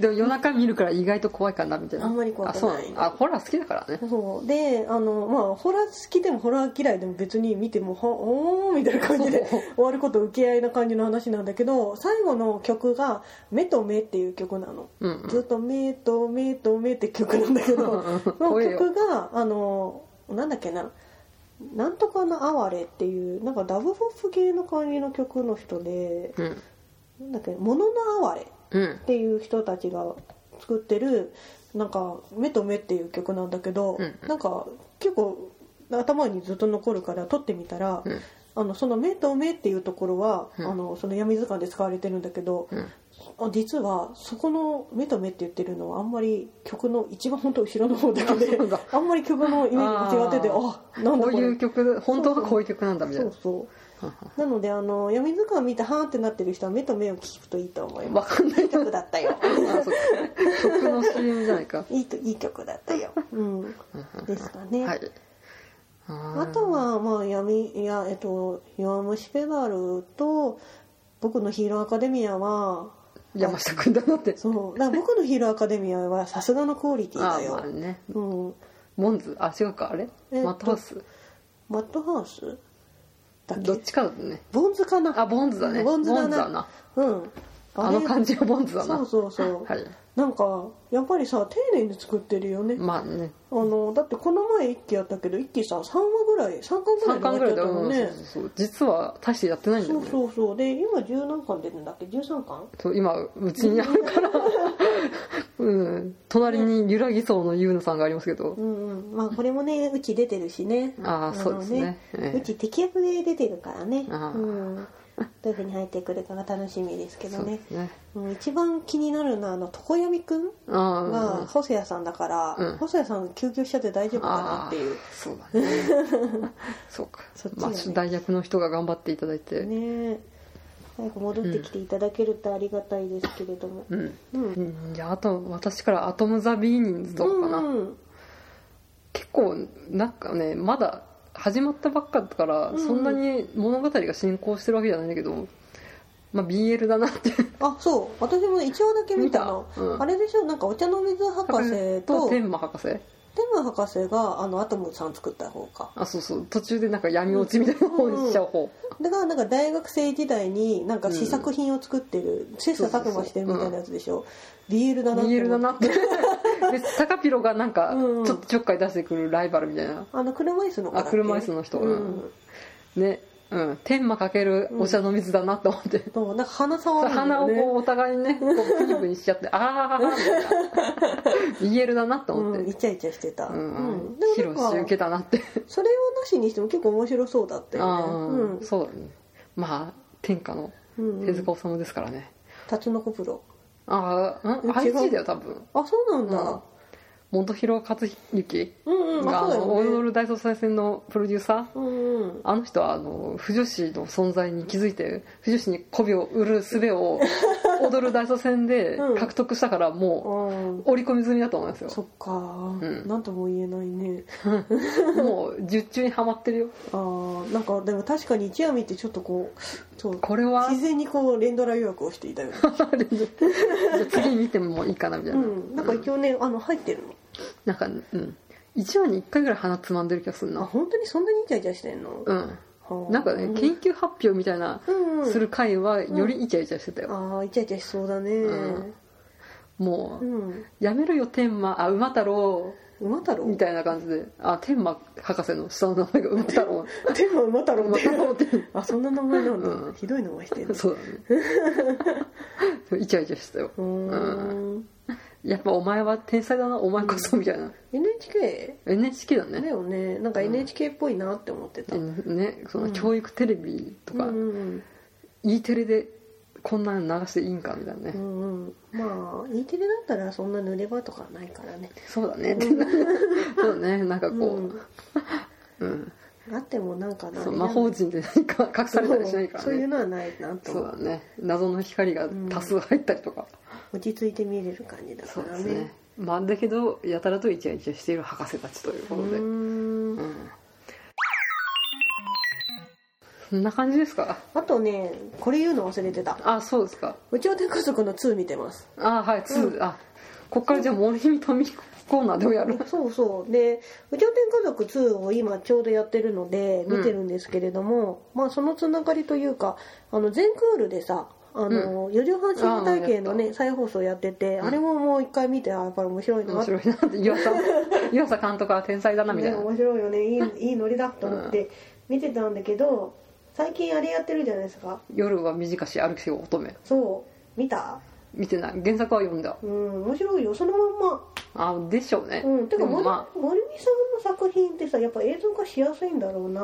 B: でも夜中見るから意外と怖いかなみたいな
A: あんまり怖くない
B: あそうのあホラー好きだからね
A: そうであのまあホラー好きでもホラー嫌いでも別に見てもはおーみたいな感じで
B: そう
A: 終わること受け合いな感じの話なんだけど最後の曲が「目と目」っていう曲なの。
B: うんうん
A: ずっと「目と目と目」って曲なんだけ
B: う
A: ど
B: んうん
A: その
B: 怖いよ
A: 曲があのなんだっけな「なんとかの哀れ」っていうなんかダブフォップ系の感じの曲の人で
B: うん
A: なんだっけ「ものの哀れ」
B: うん
A: っていう人たちが作ってるなんか「目と目」っていう曲なんだけど、
B: うんうん
A: なんか結構頭にずっと残るから撮ってみたら、
B: うん
A: あのその「目と目」っていうところは、
B: うん
A: あのその闇図鑑で使われてるんだけど、
B: うん
A: あ実はそこの「目と目」って言ってるのはあんまり曲の一番本当後ろの方だけで
B: そうだ
A: あんまり曲のイメージが違ってて
B: あー
A: あなんだ
B: こ
A: こ
B: う
A: れ
B: いう曲本当はこういう曲なんだみたい
A: そ
B: な
A: うそうなのであの闇図鑑見てハーってなってる人は目と目を聞くといいと思いま
B: わ
A: す
B: かんない
A: いい曲だったよ
B: あそう曲の CM じゃないか
A: いいといい曲だったよ、うん、ですかね、
B: はいあ
A: あとはまあ闇いやえっと「弱虫ペダル」と「僕のヒーローアカデミアは」
B: ー山下君だなって
A: そうだから僕のヒーローアカデミアはさすがのクオリティ
B: あ
A: だよ
B: まあね
A: うん
B: モンズあ違うかあれ
A: えっと
B: マットハウス
A: マッドハウスだっ
B: どっ
A: け
B: ちかだね
A: ボンズかな
B: あボンズだね
A: ボンズだ
B: ボンズ
A: な
B: だな
A: うん
B: あの感じがボンズだな
A: そうそうそう、
B: はい
A: なんかやっぱりさ丁寧に作ってるよね、
B: まあね
A: あのだってこの前一期やったけど一期さ3話ぐらい3巻ぐらい
B: 3
A: で終
B: 巻ぐ
A: わっちゃ
B: らい
A: っ
B: で
A: たもんね
B: うんそうそうそう実は大してやってないんだ
A: そ
B: よ
A: う
B: ね
A: そうそうで今10何巻出るんだっけ13巻
B: そう今うちにあるから うん隣にゆらぎそうのゆうなさんがありますけど
A: うんうんまあこれもねうち出てるしね
B: あー
A: の
B: そうですねええ
A: うち適役で出てるからね
B: あ
A: う
B: ー
A: んどういうふうに入ってくるかが楽しみですけ
B: そ
A: ど
B: うで
A: ね
B: すね
A: もう一番気になるのはあの常闇くん
B: あ
A: が
B: ー
A: 細谷さんだから、
B: うん
A: 細谷さん救急しちゃって大丈夫かなっていう
B: あーそうだ ねそうか
A: そっちだ
B: ま
A: ね
B: あ代役の人が頑張っていただいて、
A: ねえ早く戻ってきていただけるとありがたいですけれども、
B: うん
A: うん
B: うんじゃああと私から「アトム・ザ・ビーニンズ」とかかな、
A: うん
B: 結構なんかねまだ始まったばっかだから
A: うん
B: そんなに物語が進行してるわけじゃないんだけど、まあ BL だなって
A: あそう私も一応だけ見たの
B: 見たうん
A: あれでしょなんかお茶の水博士と
B: 天
A: 天
B: 馬博士
A: 馬博士があのアトムさん作った方か
B: あそうそう途中でなんか闇落ちみたいな方にしちゃう方、
A: だからなんか大学生時代になんか試作品を作ってる、切磋琢磨してるみたいなやつでしょ、BL だなって思って
B: BL だなってでタカピロがなんか
A: うん
B: ちょっとちょっかい出してくるライバルみたいな
A: あの車椅子の子だっけ
B: あ車椅子の人
A: う
B: うんんねうん天馬かけるお茶の水だなと思って、
A: そうなんか鼻触るんだよ
B: 鼻をこ
A: ね
B: うお互いにねこうプニプニしちゃってああ BL だなと思って、
A: うん、イチャイチャしてた、
B: うん
A: でも
B: 広
A: なん
B: し
A: か
B: 受けたなって
A: それをなしにしても結構面白そうだった
B: ああ
A: よねうん
B: そうだねまあ天下の
A: うんうん
B: 手塚治虫ですからね、
A: タツノコプロ
B: ああん
A: うん
B: IG
A: 違う
B: だよ多分
A: あそうなん
B: うん
A: だ、
B: 本広克行
A: うん、うんあ
B: が、
A: そう
B: あ
A: だ
B: のオールド
A: よね
B: ル大捜査線のプロデューサー
A: うんうん
B: あの人はあの腐女子の存在に気づいて腐女子に媚びを売る術を踊る大捜査線で
A: うん
B: 獲得したからも
A: あ
B: う織り込み済みだと思いますよ
A: あそっか、
B: ん
A: なんとも言えないね
B: もう術中にはまってるよ
A: ああなんかでも確かに一夜見ってちょっとこうそう
B: こ れは
A: 自然にこう連ドラ予約をしてい たよね、
B: じゃあ次見てもいいかなみたいうな、
A: ん、なんか一応ね、あの入ってるの
B: なんか、うん。1話に1回ぐらい鼻つまんでる気がする
A: あ
B: な。
A: 本当にそんなにイチャイチャしてんの、
B: うん。
A: はあ
B: なんかね、研究発表みたいな、
A: うんうん
B: する回は、よりイチャイチャしてたよ。
A: ああイチャイチャしそうだね
B: うんも
A: う
B: う、
A: ん
B: やめろよ、天馬、あ、馬太郎、
A: 馬太郎
B: みたいな感じで。あ、天馬博士の下の名前が馬 太郎。
A: 天馬馬太郎
B: 馬
A: って
B: 太郎って。
A: あそんな名前なんだ、
B: うん
A: ひどい名前してる
B: そうだね。イチャイチャしてたよ。
A: ん
B: やっぱお前は天才だな、お前こそ、みたいな。
A: NHK
B: NHK だ
A: だ
B: ね。
A: よねなんか NHK っぽいなって思ってた、
B: ね、その教育テレビと
A: うん
B: か、
A: うん、
B: E テレでこんなん流していいんかみたいな
A: う
B: ね、
A: んうん、まあ E テレだったらそんな濡れ場とかないからね
B: そうだねってそうだねなんかこ
A: うん
B: う、うん
A: あってもなんかな
B: そう魔法陣で何か隠されたりしないから
A: そうそういう
B: ね
A: のはないなと
B: そ
A: 思
B: う
A: う
B: だね謎の光が多数入ったりとか、
A: 落ち着いて見れる感じだ
B: そ
A: か
B: うで
A: ら
B: す
A: ね
B: ねまあだけどやたらとイチャイチャしている博士たちという
A: う
B: ことでうん、
A: ん
B: そんな感じですか
A: あとねこれ言うの忘れてた
B: あそうですか
A: うちの手家族の2見てます
B: あはい2、あこっからじゃあ森見民彦コーナーでもやる
A: そうそうで「宇宙天家族2」を今ちょうどやってるので見てるんですけれども、まあそのつながりというかあの全クールでさあの、四畳半身体系の
B: あー
A: ね再放送やってて、あれももう一回見てあーやっぱり面白いな
B: 面白いなって 岩佐岩佐監督は天才だなみたい
A: ね
B: な、
A: 面白いよねいいいいノリだと思って見てたんだけど最近あれやってるじゃないですか
B: 夜は短し歩きを乙女
A: そう見た
B: 見てない原作は読んだ
A: うん面白いよそのまんま
B: あでしょうね、
A: うんてか
B: でも
A: 森,、
B: ま
A: 森美さんの作品ってさやっぱ映像化しやすいんだろうな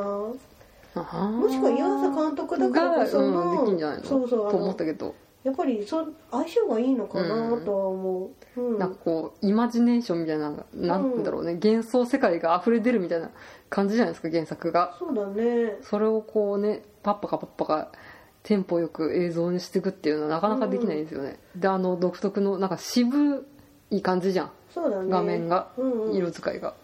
B: ああ
A: もしくは岩佐監督だからこその
B: がうん、できんじゃないの
A: そうそうあの
B: と思ったけど、
A: やっぱりそう相性がいいのかなとは思う、うん
B: なんかこうイマジネーションみたいななんだろうね、幻想世界が溢れ出るみたいな感じじゃないですか原作が
A: そうだね
B: それをこうねパッパカパッパカテンポよく映像にしていくっていうのはなかなかできないんですよね、であの独特のなんか渋い感じじゃん
A: そうだね
B: 画面が、
A: うんうん
B: 色使いが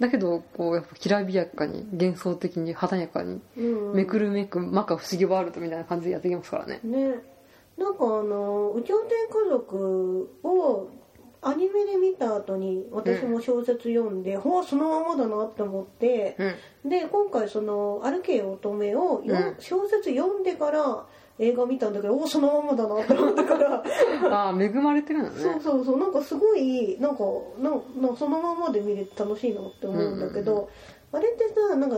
B: だけどこうやっぱきらびやかに幻想的に華やかに
A: うんうん
B: めくるめく摩訶不思議ワールドみたいな感じでやってきますからね
A: ねなんかあの「宇宙天家族」をアニメで見た後に私も小説読んで、ほうそのままだなって思って、
B: うん
A: で今回その「歩けよ乙女を」よ
B: うん
A: 小説読んでから映画見たんだけどおそのままだなって思ったから
B: ああ恵まれてるんだね
A: そうそうそうなんかすごいなんかなんなんかそのままで見れて楽しいなって思うんだけど、
B: うんう
A: あれってさなんか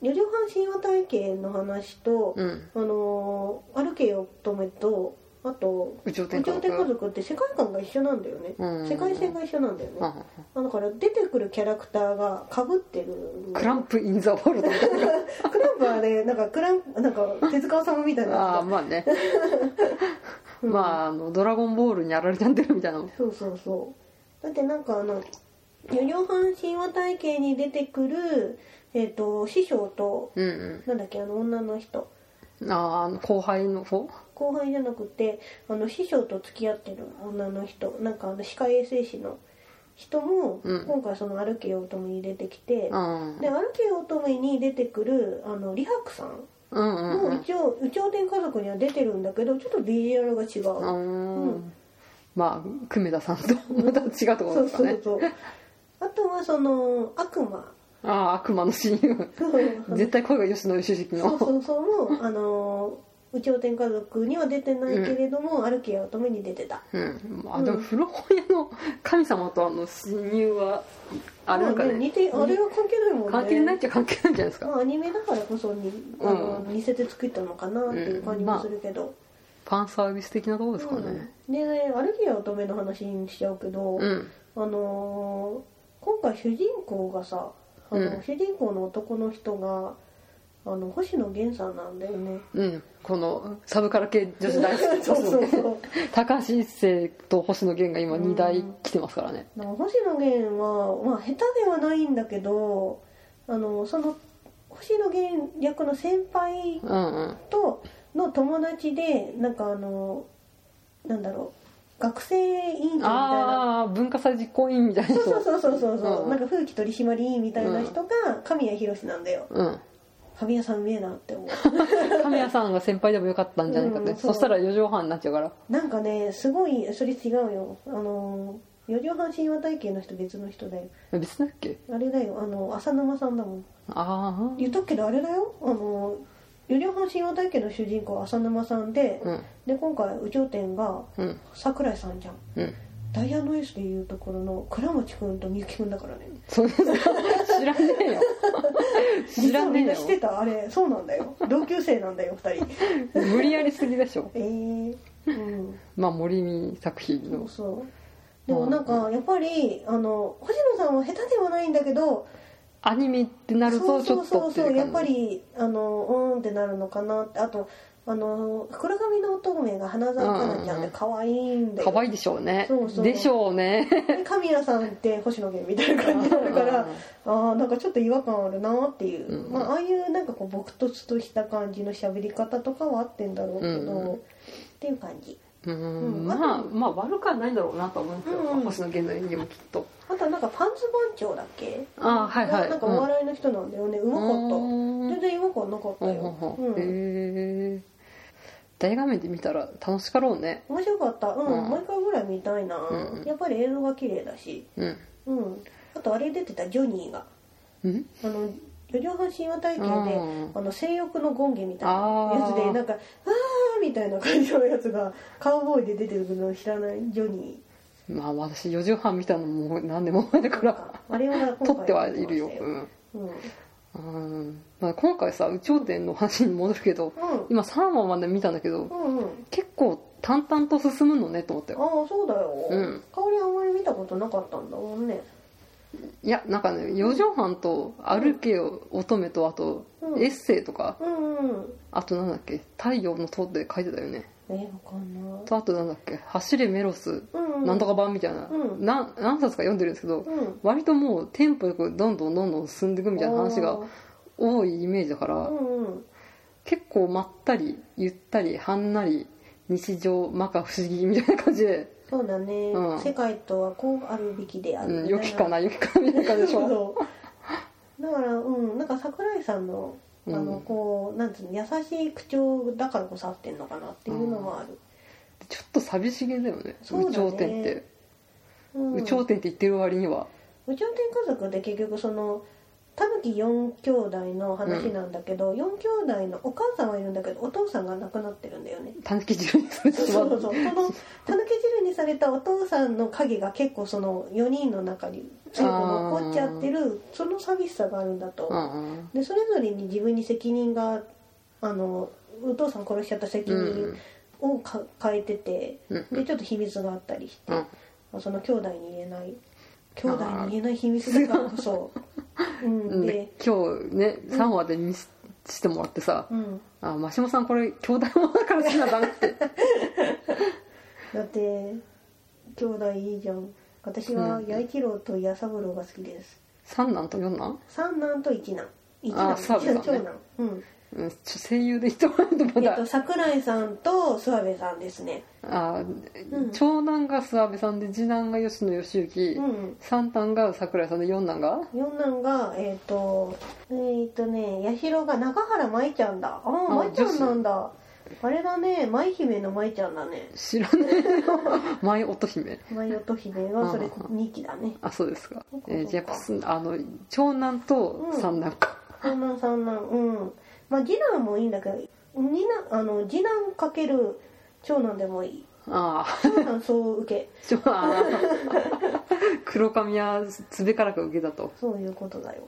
A: 四畳半神話体系の話と、
B: うん
A: あのー歩けよ乙女とあと
B: 宇宙
A: 「宇
B: 天下
A: 宙天家族」って世界観が一緒なんだよね
B: うん
A: 世界線が一緒なんだよね
B: あああ
A: だから出てくるキャラクターがかぶってるんで
B: クランプ・イン・ザ・ワールドみたい
A: クランプはねなんかクランなんか手塚治虫みたい
B: なあー
A: な
B: まあね まああの「ドラゴンボール」にやられちゃってるみたいなもん
A: そうそうそうだってなんかあの四畳半神話体系に出てくる、えー、と師匠と
B: うん
A: なんだっけあの女の人
B: うんあーあの後輩の方
A: 後輩じゃなくてあの師匠と付き合ってる女の人なんかあの歯科衛生士の人も、
B: うん
A: 今回その「歩けよ乙女」に出てきて、
B: うん
A: で「歩けよ乙女」に出てくるあの李白さん
B: うんうん
A: も
B: うん
A: 一応「有頂天家族」には出てるんだけどちょっとビジュアルが違う、
B: うん
A: うん
B: まあ久米田さんとまた違うところ
A: そう
B: ですか
A: そ
B: ね
A: うそうあとはその悪 魔
B: ああ悪魔の親友絶対声が吉野義行
A: そう
B: の
A: そうそうもあの有頂天家族には出てないけれども、歩けよ乙女に出てた
B: うんまあでも古本屋の神様とあの親友はあれなんか
A: まあ
B: ね
A: 似てあれは関係ないもんね
B: 関係ないっちゃ関係ないんじゃないですか
A: まあ、アニメだからこそにあの、
B: う
A: 似せて作ったのかなっていう感じもするけど、
B: ファンサービス的なところですかね
A: うんでね歩きや乙女の話にしちゃうけど、
B: うん
A: あのー今回主人公がさあの、
B: うん
A: 主人公の男の人があの星野源さんなんだよね
B: うんこのサブカル系女子大好き
A: そうそうそう
B: 高橋一生と星野源が今2台来てますからね
A: だから星野源は、まあ、下手ではないんだけどあのその星野源役の先輩
B: うんうん
A: との友達でなんかあのなんだろう学生委員長みたいな
B: ああ文化祭実行委員みたいな人
A: そうそうそうそうそう、
B: うん
A: なんか風紀取締り委員みたいな人が神谷博なんだよ
B: うん
A: 神谷さんうめえなって思
B: 神谷さんが先輩でもよかったんじゃないかって、
A: うんそ
B: そうしたら4畳半になっちゃうから
A: うなんかねすごいそれ違うよあの四畳半神話体系の人別の人だよ
B: 別だっけ
A: あれだよあの浅沼さんだもん
B: あ
A: 言ったけどあれだよあの四畳半神話体系の主人公は浅沼さんで、
B: あうん
A: で今回有頂天が
B: うん
A: 桜井さんじゃん
B: うん
A: ダイヤのエースでいうところの倉持くんとみゆきくんだからね
B: そうですか知らね えよ知ら
A: みん
B: ね
A: な知っ
B: え
A: て
B: よ
A: たあれそうなんだよ同級生なんだよ二 人
B: 無理やりすぎでしょ
A: えー、うん
B: まあ森見作品
A: そう
B: の
A: そうでもなんかやっぱりあの星野さんは下手ではないんだけど
B: アニメってなる
A: そ
B: と
A: う
B: ち
A: そ
B: ょ
A: う
B: っと
A: そう
B: って
A: そう
B: い
A: や
B: う
A: っぱ
B: 感じ
A: りあのうーんってなるのかなってあとあの黒髪の乙女が花澤香菜ちゃんって可愛いんだよ、
B: 可愛いでしょうね
A: そうそう
B: でしょうね
A: で神谷さんって星野源みたいな感じになるからあーなんかちょっと違和感あるなっていう、
B: うん
A: まあ、ああいうなんかこう朴突とした感じの喋り方とかは合ってんだろうけど、
B: うん
A: っていう感じ
B: う
A: うん
B: んまあまあ悪くはないんだろうなと思うんですよ、
A: うんうん
B: 星野源の演技もきっと
A: あとはなんかパンツ番長だっけ
B: ああはいはい
A: なんかお笑いの人なんだよね、うまかった全然違和感なかった
B: うん
A: よ、
B: うんう
A: うん
B: んへえ大画面で見たら楽しかろうね
A: 面白かったうん、
B: うん
A: 毎回ぐらい見たいな、
B: うん
A: やっぱり映像が綺麗だし
B: うん
A: うんあとあれ出てたジョニーが
B: うん
A: あの四畳半神話体系で、
B: うん
A: あの性欲の権化みたいなやつ
B: あ
A: で
B: ー
A: なんか「あー」みたいな感じのやつがカウボーイで出てるのを知らないジョニ
B: まあ私4畳半見たのも何年も前だ
A: ー
B: か
A: なん
B: ら
A: かあれは今回
B: 撮ってはいるよ
A: 出てまし
B: うん、
A: たよ
B: うんまあ、今回さ「有頂天」の話に戻るけど
A: うんうん
B: 今3話まで見たんだけ
A: う
B: ど
A: んうん
B: 結構淡々と進むのねと思ったよ
A: ああそうだよ、
B: うん
A: 香りあんまり見たことなかったんだもんね
B: いやなんかね4畳半と「歩けよ乙女」とあと
A: う
B: 「
A: ん
B: エッセイ」とか
A: うんうん
B: あとなんだっけ「太陽の塔」って書いてたよね
A: えわかんない
B: とあとなんだっけ「走れメロス」
A: うんうん
B: なんとか版みたいな、
A: うん
B: な何冊か読んでるんですけど、
A: うん
B: 割ともうテンポよくどんどんどんどん進んでいくみたいな話
A: あ
B: が
A: ー
B: 多いイメージだから、
A: うんうん
B: 結構まったりゆったりはんなり日常摩訶不思議みたいな感じで、
A: そうだね、
B: うん
A: 世界とはこうあるべきである
B: うん、良きかな良きかなみたいな感じでしょ
A: そうだからうんなんか桜井さんのあの、
B: うん
A: こうなんつうの優しい口調だからこそ合ってんのかなっていうのもある、
B: ちょっと寂しげだよね「
A: そうだ
B: 有
A: ね
B: 頂天」って
A: うん
B: 「有頂天」って言ってる割には
A: 有頂天家族で結局そのたぬき4兄弟の話なんだけど、四4兄弟のお母さんはいるんだけどお父さんが亡くなってるんだよね
B: たぬき汁にされて
A: そう
B: しま
A: そう
B: う
A: そうそのたぬき汁にされたお父さんの影が結構その4人の中に強く残っちゃってるその寂しさがあるんだと、
B: うんうん
A: でそれぞれに自分に責任があのお父さん殺しちゃった責
B: う
A: 任、
B: ん
A: をか変えてて
B: うん
A: でちょっと秘密があったりして、
B: うん
A: まあその兄弟に言えない兄弟に言えない秘密だから こそ、うん、
B: で
A: で、
B: 今日ね3話で見せしてもらってさ
A: うん、
B: 「あマシモさんこれ兄弟ものだから好きなんだな」 って
A: だって兄弟いいじゃん私は
B: うん
A: 八一郎と矢三郎が好きです
B: 三男と四男、
A: 三男と一男一
B: あ
A: 男
B: 澤部さんね
A: 長男うん
B: うん、ちょ声優で言ってもらえるとま
A: えっ
B: だ、
A: と桜井さんと諏訪部さんですね
B: あ
A: うん
B: 長男が諏訪部さんで次男が吉野義行、
A: うん
B: 三男が桜井さんで四男が
A: 四男がえっ、とえっ、とね八代が中原舞ちゃんだああ
B: あ
A: 舞ちゃんなんだあれだね舞姫の舞ちゃんだね
B: 知らねえ舞乙姫
A: 舞乙姫はそれ
B: ああ
A: 二期だね
B: あそうですか
A: そっかそっか
B: えーじゃあやっぱすあの長男と
A: うん
B: 三男か、
A: 三男三男うんまあ次男もいいんだけど二男あの次男かける長男でもいい
B: ああ
A: 長男総受け
B: ちょあの 黒髪はつべからか受けたと
A: そういうことだよ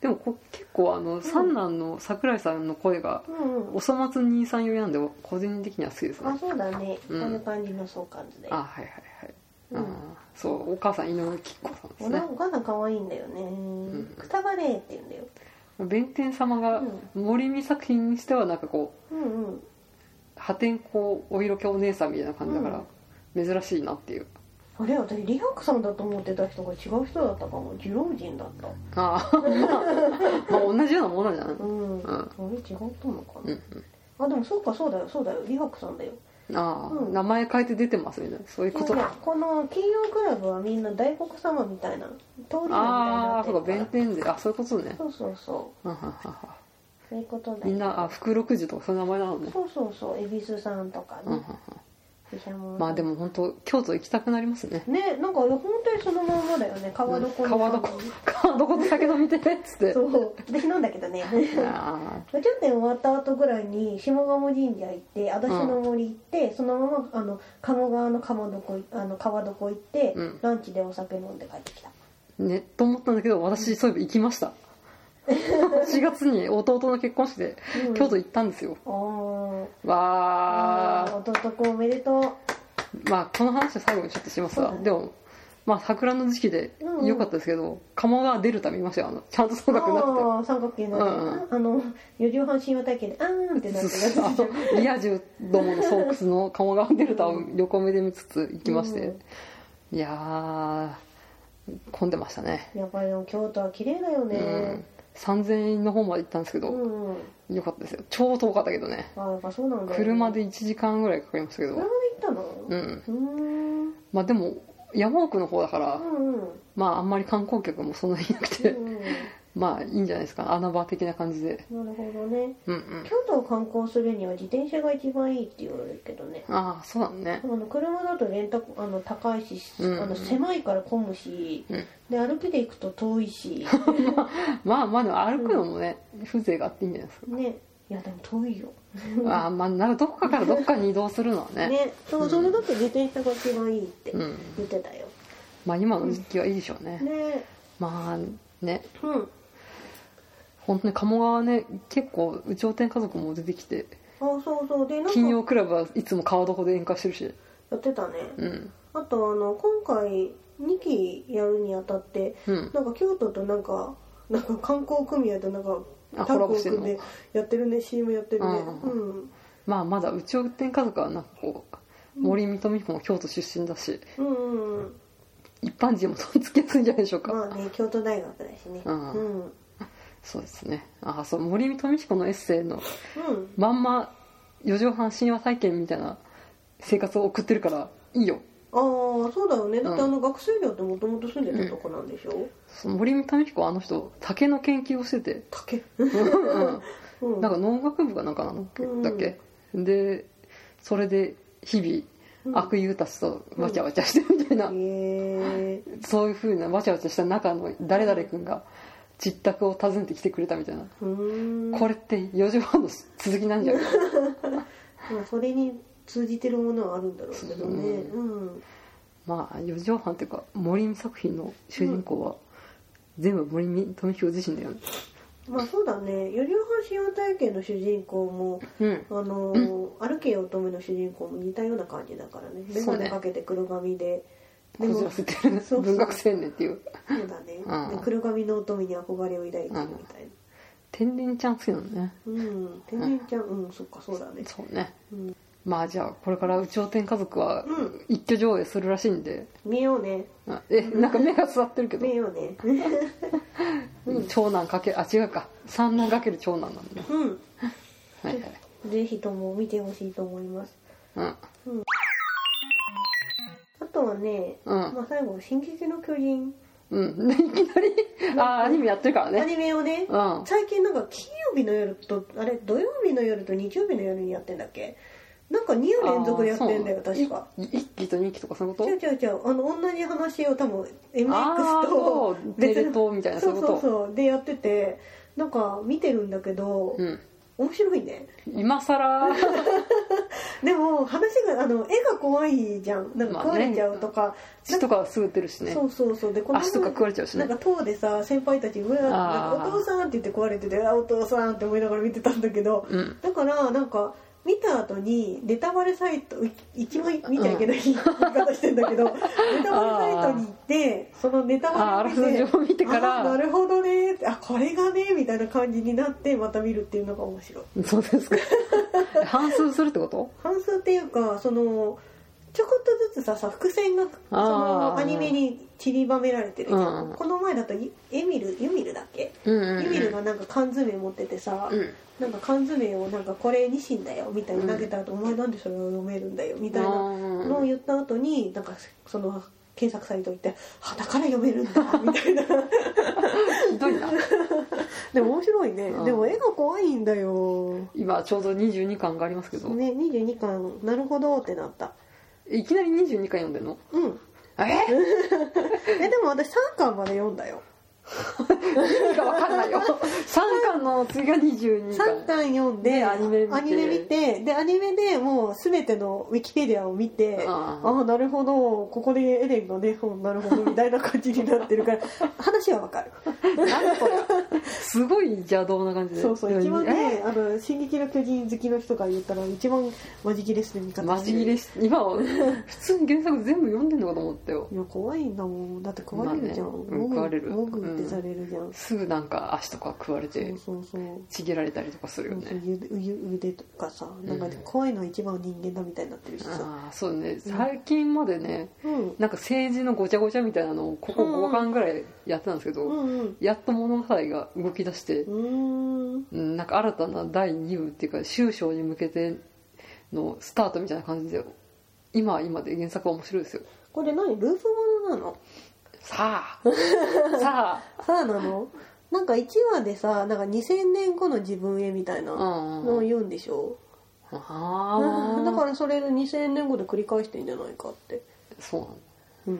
B: でもこ結構あの三男の桜井さんの声が
A: うんう
B: お
A: ん
B: そ松兄さん寄りなんで個人的には好きです
A: あ
B: ね
A: そうだね、
B: うん
A: こんな感じの相関図で
B: あはいはいはい、
A: うん
B: あーそうお母さん井上貴子さんです
A: おな
B: ね
A: お母さん可愛いんだよね、
B: ん
A: くたばれって言うんだよ
B: 弁天様が森美作品にしてはなんかこう
A: うんうん
B: 破天荒お色気お姉さんみたいな感じだから、珍しいなっていう
A: あれ私リハクさんだと思ってた人が違う人だったかも次郎人だった
B: ああ まあ同じようなものじゃない、う
A: うんん、
B: うん
A: あれ違ったのか
B: う
A: な、
B: ん、
A: あでもそうかそうだよそうだよリハクさんだよ
B: ああ、
A: うん
B: 名前変えて出てますみたいなそういうこと
A: いやいやこの金曜クラブはみんな大黒様みたいな通り魔みたいに
B: あ
A: な
B: あ
A: って
B: そう
A: る
B: か
A: から
B: 弁天であそういうことね
A: そうそうそ
B: ははは
A: うそういうことだよ
B: みんなあ福禄寿とかそういう名前なのね
A: そうそうそう恵比寿さんとか
B: うんうん
A: ね、毘沙門さん
B: まあでも本当京都行きたくなりますね
A: ねなんかいや本当にそのまんまだよね川
B: 川
A: 床
B: 床
A: の
B: 川床で酒飲みてっつって
A: そう私なんだけどね
B: あ
A: 宇宙展終わった後ぐらいに下鴨神社行って足立の森行って、そのままあの鴨川の鴨床いあの川床行って、
B: うん
A: ランチでお酒飲んで帰ってきた
B: ーねと思ったんだけど私そういえば行き ました4月に弟の結婚式で
A: うん
B: 京都行ったんですよ、
A: おー
B: わ
A: あ
B: あ
A: 弟くんおめでとう
B: まあこの話は最後にちょっとします
A: そう
B: わ
A: だね
B: でもまあ桜の時期で
A: うんうん
B: 良かったですけど鴨川出るたび見ましたよあのちゃんと三角になっ
A: ああー三角形になって
B: うんうん
A: あの四畳半神話体験であーんって
B: て
A: なってるやつ
B: そうそうあのリア充どもの巣窟の鴨川デルタを横目で見つつ行きまして、
A: う
B: いやー混んでましたね
A: やっぱりでも京都は綺麗だよ
B: うん
A: ね、
B: 3000円の方まで行ったんですけ
A: う
B: ど、
A: ん、うん、
B: よかったですよ超遠かったけどね
A: ああやっぱそうなんだよね、
B: 車で1時間ぐらいかかりましたけ
A: 車で行
B: ど
A: ったの
B: う
A: うんーんうん
B: まあでも山奥の方だから
A: うん
B: まああんまり観光客もそんなにいなく
A: う
B: て
A: ん
B: まあいいんじゃないですか穴場的な感じで
A: なるほどね
B: うんうん
A: 京都を観光するには自転車が一番いいって言われるけどね
B: ああそうだね
A: あの車だとレンタあの高いし、
B: うん
A: あの狭いから混むし、
B: うん
A: で歩きで行くと遠いし
B: まあまあでも歩くのもね、風情があっていいんじゃないですか
A: ねいやでも遠いよ
B: ああまあなんかどっかからどっかに移動するのはね
A: ねそううんそれだと自転車が一番いいって
B: うん
A: 言ってたよ、
B: まあ今の時期はいいでしょうね、
A: ね
B: まあね
A: うん
B: 本当に鴨川はね結構有頂天家族も出てきて
A: あそうそうでなん
B: 金
A: か
B: 曜クラブはいつも川床で宴会してるし
A: やってたね、
B: うん
A: あとあの今回2期やるにあたって
B: うん
A: なんか京都となんかなんか観光組合となんか
B: あ
A: タッグ
B: コラボ
A: を
B: してん
A: 組
B: の
A: んでやってるね CM やってるね
B: うん
A: うん
B: まあまだ有頂天家族はなんかこう森見と美穂も京都出身だし
A: うんうんうん
B: 一般人もとっつきやすいんじゃないでしょうか、
A: まあね京都大学だしね
B: う
A: うんんうん
B: そうですねあそう森見と美穂のエッセイのまんま四畳半神話体験みたいな生活を送ってるからいいよ
A: ああそうだよねだって
B: う
A: あ
B: ん
A: の学生寮ってもともと住んでたとこなんでしょ
B: その森見と美穂はあの人竹の研究をして て、
A: 竹
B: うん
A: うん
B: なんか農学部かなんかなのだっけ、でそれで日々
A: うん
B: 悪友たちとわちゃわちゃしてるみたいな、
A: へえ
B: そういうふうなわちゃわちゃした中の誰々君が実宅を訪ねてきてくれたみたいな、
A: うーん
B: これって4畳半の続きなんじゃ ないかな
A: まあそれに通じてるものはあるんだろうけどね
B: う
A: うん
B: まあ4畳半っていうか森見作品の主人公は全部森見富彦自身だよね、
A: あまあそうだねよりおはん体験の主人公も
B: うん
A: あのー歩けよ乙女の主人公も似たような感じだからね眼
B: そうね
A: 鏡かけて黒髪でで
B: こ
A: も
B: じらせて
A: そ
B: る
A: うそう
B: 文学青年っていう
A: そうだね、
B: うん
A: で黒髪の乙女に憧れを抱いてるみたいな
B: 天然ちゃん好きなのね
A: うん天然ちゃんうんそっかそうだね
B: そうね
A: うん
B: まあじゃあこれから「宇宙天家族」は
A: うん
B: 一挙上映するらしいんで、
A: 見ようね
B: あえなんか目が座ってるけど
A: 見ようねう
B: 長男かけあ違うか三男かける長男なんだね
A: ん
B: はいはい
A: ぜひとも見てほしいと思います
B: うん
A: あとはね、
B: うん
A: まあ、最後「進撃の巨人
B: うん、いきなりあーアニメやってるから」
A: ア
B: ね
A: ニメをね、
B: うん
A: 最近なんか金曜日の夜とあれ土曜日の夜と日曜日の夜にやってんだっけなんか2夜連続でやってんだよ
B: あーそう
A: 確か
B: い一期と二期とかそういうこ
A: 違う
B: と
A: 違う違うあの同じ話を多分
B: あ
A: MX
B: ーそ
A: と
B: う
A: 別の
B: テレ東みたいな
A: そう
B: そういう
A: そ
B: こ
A: う
B: と
A: そうでやっててなんか見てるんだけど、
B: うん
A: 面白いね
B: 今さら
A: でも話があの絵が怖いじゃんなんか
B: まあ
A: 壊
B: ね
A: れちゃうとか,
B: 血
A: なんか、
B: とかはすぐ出るしね
A: そうそうそうでこ
B: 足とか食われちゃうし
A: な
B: ね
A: んか塔でさ先輩たちうわなんか
B: あー
A: お父さんって言って壊れててあお父さんって思いながら見てたんだけど、
B: うん
A: だからなんか見た後にネタバレサイトい一番見ちゃいけない言い方してんだけど、ネタバレサイトに行ってそのネタバレを
B: あーあらすじを見てから
A: あーなるほどねってあこれがねみたいな感じになってまた見るっていうのが面白い
B: そうですか反数するってこと
A: 半数っていうかそのちょこっとずつささ伏線がそのアニメに散りばめられてるじゃん、
B: うん
A: この前だとゆエミルユミルだっけ、
B: うんうんうん
A: ユミルがなんか缶詰持っててさ、
B: うん
A: なんか缶詰をなんかこれニシンだよみたいに投げた後、お前なんでそれを読めるんだよみたいなのを言った後になんかその検索サイト行ってあだから読めるんだみたいな
B: ひどいな
A: でも面白いね、
B: うん
A: でも絵が怖いんだよ
B: 今ちょうど22巻がありますけど、
A: ね22巻なるほどってなった
B: いきなり22巻読んでんの
A: うん
B: え
A: えでも私3巻まで読んだよ
B: 意味が分か んないよ3巻の次が22巻
A: 3巻読んで
B: ねアニメ見て
A: 見てでアニメでもう全てのウィキペディアを見て
B: あ
A: あ
B: あ
A: あなるほどここでエレンがねうんなるほどみたいな感じになってるから 話はわかる
B: なんだこれすごい邪道な感じで
A: そうそう一番
B: え
A: ねあの「進撃の巨人」好きの人が言ったら一番マジギレする見方
B: マジ切れし今は普通に原作全部読んでんのかと思ったよ
A: いや怖いんだもんだって食われるじゃん、
B: まあね
A: モ
B: うん
A: グ
B: 食われる
A: モグってされるじゃん、
B: すぐなんか足とか食われて
A: そうそうそう
B: ちぎられたりとかするよね
A: ゆゆ腕とかさなんか
B: うん
A: 怖いのは一番は人間だみたいになってるしさ、
B: ああそうね最近までね
A: うん、
B: なんか政治のごちゃごちゃみたいなのをここ
A: うん
B: 5巻ぐらいやってたんですけど、
A: うんうん
B: やっと物語が動き出して
A: う、ーん
B: うんなんか新たな第2部っていうか終章に向けてのスタートみたいな感じで今は今で原作は面白いですよ
A: これ何ループものなの
B: さあ さ
A: さあな のなんか1話でさなんか2000年後の自分へみたい
B: あう
A: なんのを
B: うん
A: 言うんでしょ、
B: あ
A: うんだ
B: あ
A: からそれの2000年後で繰り返してんじゃないかって
B: そうなんだ
A: うんっ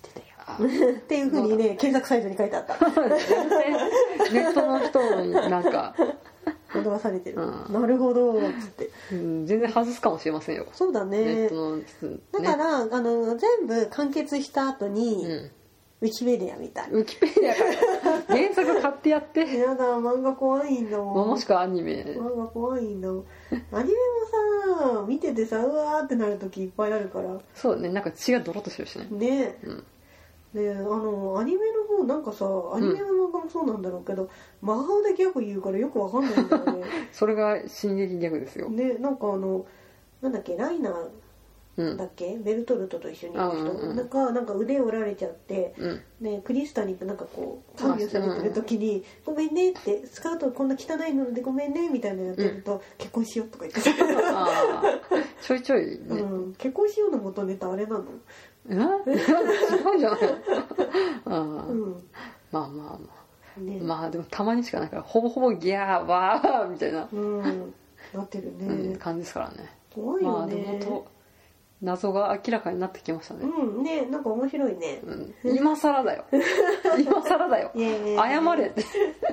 A: てたよ
B: あ
A: っていうふうにね検索サイトに書いてあ った
B: 全然ネットの人になんか、
A: 惑わされてる、
B: うん
A: なるほどっつって
B: うん全然外すかもしれませんよ、
A: そうだ
B: ネッ
A: ね
B: トの人
A: だ
B: ね
A: から、あの全部完結した後に、
B: うん
A: ウィキペディアみたい
B: ウィキペディアから原作買ってやって
A: やだ漫画怖いんだ
B: まあ
A: もん
B: もしくはアニメ
A: 漫画怖いんだもんアニメもさ見ててさうわーってなる時いっぱいあるから
B: そうだねなんか血がドロッとしてるしね
A: ね
B: うん
A: であのアニメの方なんかさアニメの漫画もそうなんだろうけど、真顔でギャグ言うからよくわかんないんだよ
B: それが進撃ギャグですよ、
A: ねねなんかあのなんだっけライナー
B: う
A: だ
B: ん
A: っけベルトルトと一緒にいる人、
B: あうんうん
A: なんかなんか腕折られちゃって、
B: うん、
A: ね、クリスタになんかこう看病されてる時に「ごめんね」って「スカートこんな汚いのでごめんね」みたいなのやってると「結婚しよう」とか言ってさ、
B: あーちょいちょいね、
A: う
B: うん、
A: ん、結婚しようの元ネタあれなの
B: 違うん じゃないあー、
A: うん
B: まあまあま
A: ね
B: あまあでもたまにしかないからほぼほぼギャーわーみたいな、
A: うんなってるね、
B: うん、感じですからね
A: 怖い
B: ま
A: よ
B: あでも
A: ね、
B: と謎が明らかになってきましたね、
A: うんねなんか面白いね
B: うん、今 更だよ今更だよ
A: いやいやいや
B: 謝れっ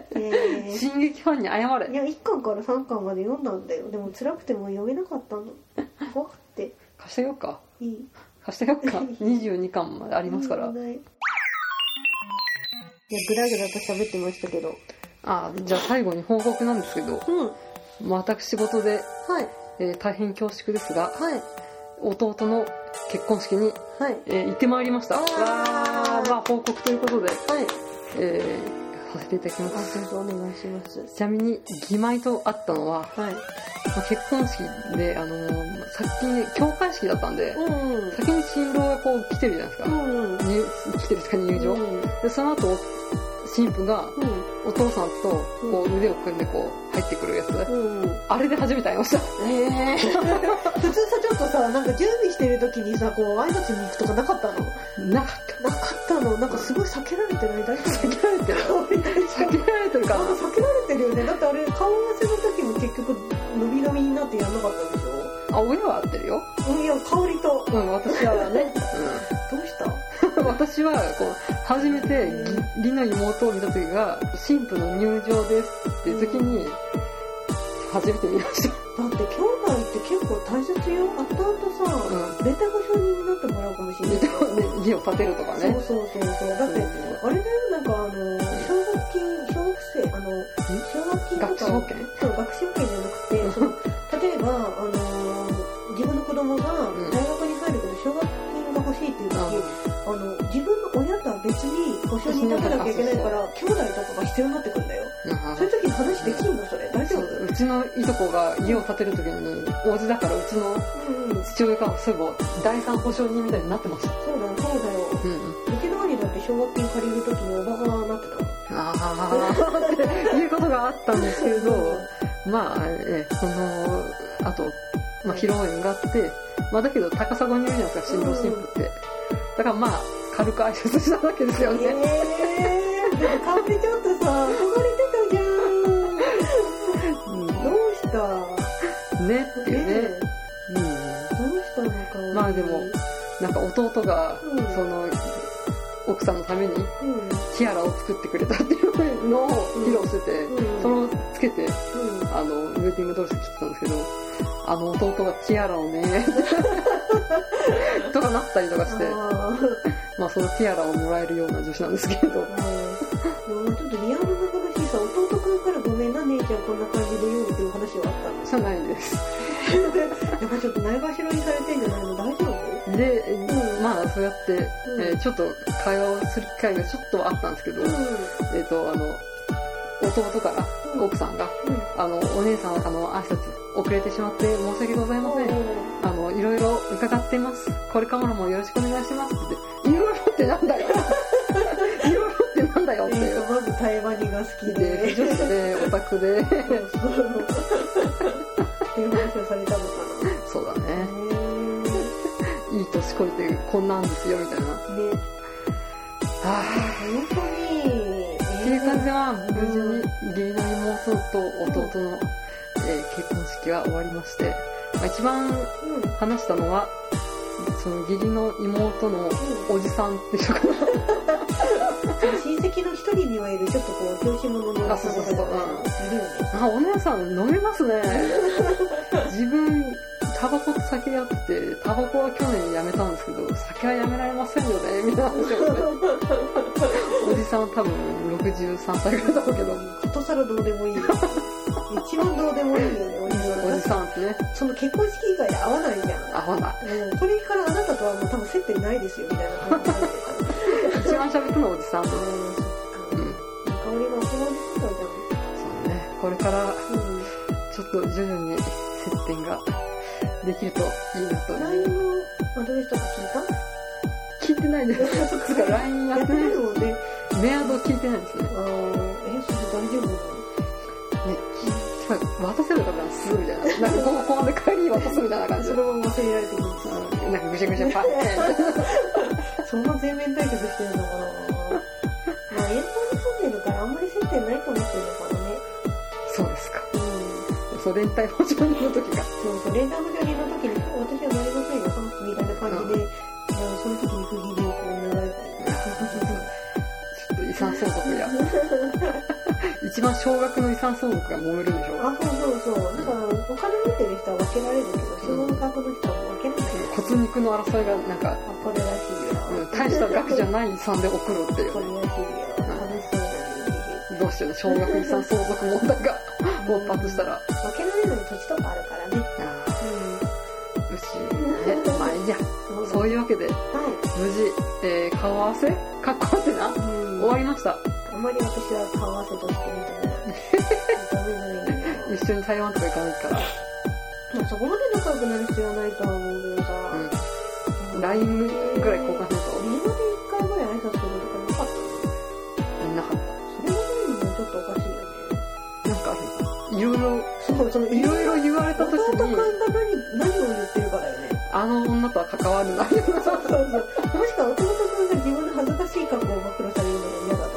B: て
A: いやいや いや
B: 進撃ファンに謝れ
A: いや1巻から3巻まで読んだんだよでも辛くてもう読めなかった の怖くて
B: 貸してよっか
A: いい
B: 貸してよっ か22巻までありますから
A: いやぐらぐらと喋ってましたけど
B: あじゃあ最後に報告なんですけど
A: うん。
B: 私事で、
A: はい。
B: えー大変恐縮ですが
A: はい。
B: 弟の結婚式に、
A: はい。
B: えー行ってまいりました
A: あ
B: わ
A: ー
B: ーまあ報告ということで、
A: はい。
B: えーさせていただきま
A: あ、
B: す
A: 先生お願いします。
B: ちなみに義妹と会ったのは、
A: はい。
B: まあ、結婚式で、あのー、先に教会式だったんで、
A: うんうん。
B: 先に新郎がこう来てるじゃないです
A: う
B: か、
A: んうん。
B: 入来てるんですか入場、
A: うん。
B: でその後新婦がお父さんとこう腕を組んでこう入ってくるやつ、
A: うん。うん。
B: あれで初めて会いました
A: ええ普通さちょっとさなんか準備してる時にさこう挨拶に行くとかなかったの
B: なかっ
A: なかったのなんかすごい避けられてない大丈
B: た避けられてる
A: 夫
B: 避けられてるか
A: あの避けられてるよねだってあれ顔合わせの時も結局伸び伸びになってやんなかったでし
B: なあ親は合ってるよ
A: ょうんいや香りと
B: うん私はね、
A: どうした
B: うん、私はこう初めて義理の妹を見た時が新婦の入場ですって時に初めて見ました
A: だって兄弟って結構大切よ後々さ、
B: う
A: レタが承認になってもらうかもしれない
B: で義を立てるとかね
A: そうそうそうそうだってあれだよなんかあの奨学金奨学生あの奨学金と
B: 学
A: か
B: 資保険
A: そう学習権じゃなくてその例えば、あのー自分の子供が大
B: ん
A: 学に入るけど奨学金が欲しいっていう時、あの自分の親とは別に保証人立てなきゃいけないから兄弟とかが必要になってくるんだよ
B: あ
A: そういう時に話できんのそれ大丈
B: そ
A: 夫
B: ううちのいとこが家を建てる時に王子だからうちの
A: うんうん
B: 父親がすぐ第三保証人みたいになってました
A: そうだよそうだよ
B: うん
A: うちの兄だって奨学金借りる時におばはなってたの
B: あ あいうことがあったんですけれどまあえそのあと、まあ、披露宴があって、まあ、だけど高砂にいるじゃないですか新郎新婦ってだからまあ軽く挨拶しただけですよ
A: え
B: ね
A: えー、でも香りちょっとさ憧れてたじ ゃんどうした
B: ねっていうね、
A: えどうしたのか
B: まあでもなんか弟が
A: うん
B: その奥さんのために
A: うん
B: ティアラを作ってくれたっていうのを披露してて、
A: うん
B: それをつけて
A: うん
B: あのウェディングドレス着てたんですけどあの弟がティアラを ね とかなったりとかして
A: あー
B: まあそのティアラをもらえるような女子なんですけれど
A: うんでもちょっとリアルな話さ弟くんから「ごめんな姉ちゃんこんな感じで言う」っていう話はあっ
B: じゃないです
A: たのなんかちょっとないがしろにされてんじゃないの大丈夫
B: で、まあそうやって、
A: うん
B: えーちょっと会話をする機会がちょっとはあったんですけど、
A: うん
B: えっ、とあの弟から奥さんが「あのお姉さんあの挨拶遅れてしまって申し訳ございません」あの、いろいろ伺っています。これからもよろしくお願いしますって。いろいろってなんだよ。 いろいろってなんだよって
A: え
B: い
A: ー
B: う。
A: とまず台湾にが好き
B: で、
A: で
B: 女子で、オタクで。
A: そうそうっていう話をされたのかな
B: そうだ
A: へ
B: ね。
A: ー
B: いい年こいてこんなんですよ、みたいな。あ
A: ね
B: あ。
A: 本当に
B: っていう感じ
A: え
B: で、まあ、無事に義理の妹と弟の、えー結婚式は終わりまして、まあ、一番
A: ーうん
B: 話したのは、その義理の妹のおじさんっていうか
A: 親戚の一人にはいるちょっとこう調子者の
B: あそうそうそう
A: いるよね
B: あ、お姉さん飲みますね。 自分、タバコと酒やってて、タバコは去年やめたんですけど、酒はやめられませんよね、みたいな話をね。おじさんは多分63歳ぐらいだろう けど、
A: ことさらどうでもいいよ一番どうでもいいよねおじさん
B: お じさんってね、
A: その結婚式以外で会わないじゃん
B: あ、ほら、
A: もうこれからあなたとはもう多分接点ないですよみ たいな感じになってるから
B: 一番喋ったのはおじさん。う
A: うんそっか
B: ん。
A: 香りが大人になったじ
B: そうね。これから、
A: ゃんうん
B: ちょっと徐々に接点ができるといいなと。
A: LINE のアドレスとか聞いた
B: 聞いてないです。つうか、LINE や
A: や
B: っ
A: っててな
B: な
A: いい。もんね
B: メアド聞いてないですね。
A: ああえそれ大丈夫なの
B: ね、渡せるかな、すぐみたいな。なんか、ここまで帰りに渡すみたいな感じ
A: そ
B: で。
A: のまま忘れられてくるんですよ
B: うんなんかぐしゃぐしゃパッて。
A: そんな全面対決してるの かなまあ遠方に住んでるからあんまり接点ないと思ってるからね
B: そうですか。
A: うん
B: そう、連帯保証人の時が。
A: そうそう連絡の人の時に「私はなりませんよ」みたいな感じで、あのその時に不義理をこう流れたり
B: ちょっと遺産相続や。一番少額の遺産相続が揉めるでしょ。
A: あそうそうそうだからお金持ってる人は分けられるけどその額の人は分けられない
B: 骨肉の争いが、なんか、
A: あこれらしいよ、
B: うん大した額じゃない遺産で送ろうってい
A: これ
B: うね。
A: らしいよ楽しそうだね
B: どうましたよね。小学遺産相続問題が勃発したら。
C: 負けられない時とかあるからね。
B: うち、ね、まあいいや。
C: うん。
B: そう
C: いう。
B: いうわけで、
C: は。
B: 無事、えー、顔合わせかっこ合わせない
C: うん
B: 終わりました。
C: あんまり私は顔合わせとしてみたいな。ダメないよ。
B: 一緒に台湾とか行かないから。
C: まあそこまで仲良くなる必要はないとは思うけどさ。
B: うん。LINE ぐらい交換しない
C: メールで一回ぐらい挨拶するとかなかった
B: と、なかっ
C: それがないのもちょっとおかしいよね。
B: た。なんか、いろいろ、
C: そう、その
B: いろいろ言われた
C: 弟君
B: 時
C: が
B: に、
C: 何何を言ってるかだよね。
B: あの女とは関わるな。
C: そうそうそう。もしくは弟君が自分の恥ずかしい過去を暴露されるのが嫌だと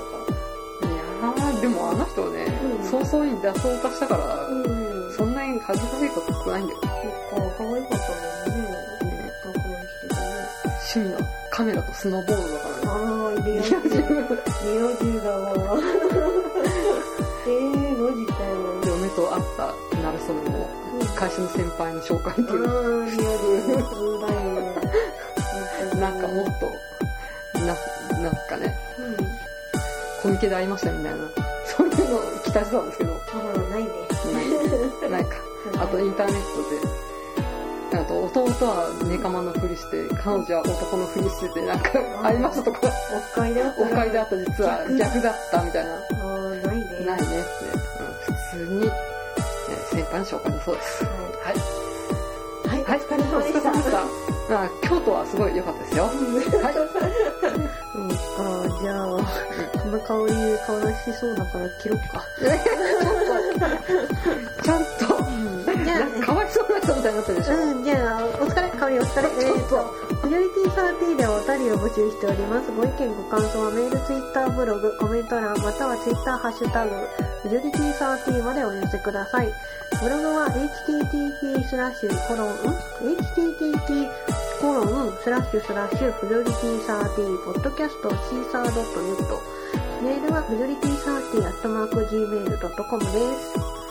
C: か。
B: いやー、でもあの人ね、
C: うん
B: 早々に脱走化したから、
C: んそ
B: そんなに恥ずかしいこと少ないんだよ。
C: っか、可愛かったもんね。学校に来ててね。
B: 趣味のカメラとスノーボードだからね。
C: あー、リア
B: リア充
C: 充。リア充だわ。えー、マジかよ。
B: 嫁と会ったなるそのも
C: うん
B: 会社の先輩に紹介っていう、
C: あー、リア充。普通だよ。
B: なんかもっと、な、なんかね、
C: うん。
B: コミケで会いましたみたいな、そういうのを期待してたんです けど、
C: あー、ないね。
B: ないか。あとインターネットで、あと弟はネカマのふりして、彼女は男のふりしてて、なんか会いましたとか、
C: オフ会だった
B: オフ会であった実は逆だったみたいな。
C: あーないね
B: ないねって、うん、普通に、ね、先輩の紹介だそうです。はい。
C: はい、
B: はい、
C: お疲れ様でした
B: お疲れ様した。 まあ、京都はすごい良かったですよ。はい。
A: うん、あーじゃあ、この香り、顔出しそうだから切ろうか。
B: ちゃんと、
A: じゃあ
B: なんかかわいそうな人みたいになってるでしょ。
A: うん、じゃあ、お疲れ、香りお疲れ。えーと、ピュリティサーティーではお便りを募集しております。ご意見、ご感想はメール、ツイッター、ブログ、コメント欄、またはツイッター、ハッシュタグ、ピュリティサーティーまでお寄せください。ブログは http スラッシュコロン、ん http コロンスラッシュスラッシュフジョリティサーティーポッドキャストシーサー .net メールはフジョリティサーティーアットマーク gmail.com です。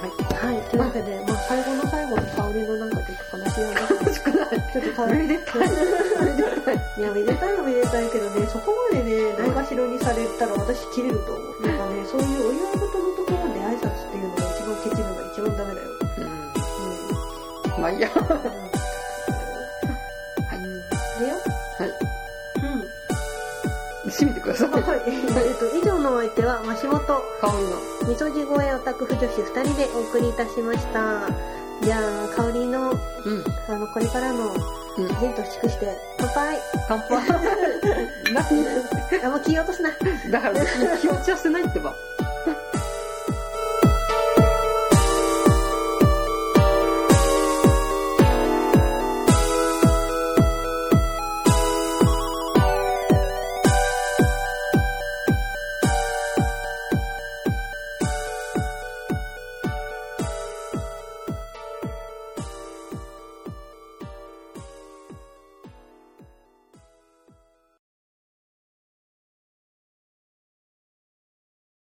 A: はい。はい。というわけで、まあ最後の最後の香りのなんかちょっと悲しい話
B: 欲しくない。
A: ちょっとかわい
B: めでたい。めでたい。
A: いや、めでたいはめでたいけどね、そこまでね、ないがしろにされたら私切れると思う。なんかね、そういうお祝い事のところで挨拶っていうのが一番ケチるのが一番ダメだよ。
B: うん。まあいいや。
A: うん。うん。でよ。
B: は
A: う
B: い。
A: ん。
B: 閉めてください。香
A: はい。えっと、以上のお相手は、マシモと、
B: りの。
A: みそじ越えオタク婦女子二人でお送りいたしました。じゃあ、香りの、
B: うん。
A: あの、これからの、
B: うん。
A: 人と祝して、乾杯
B: 乾杯。何
A: あ、もう気を落とすな。
B: だから、気落ちはしてないってば。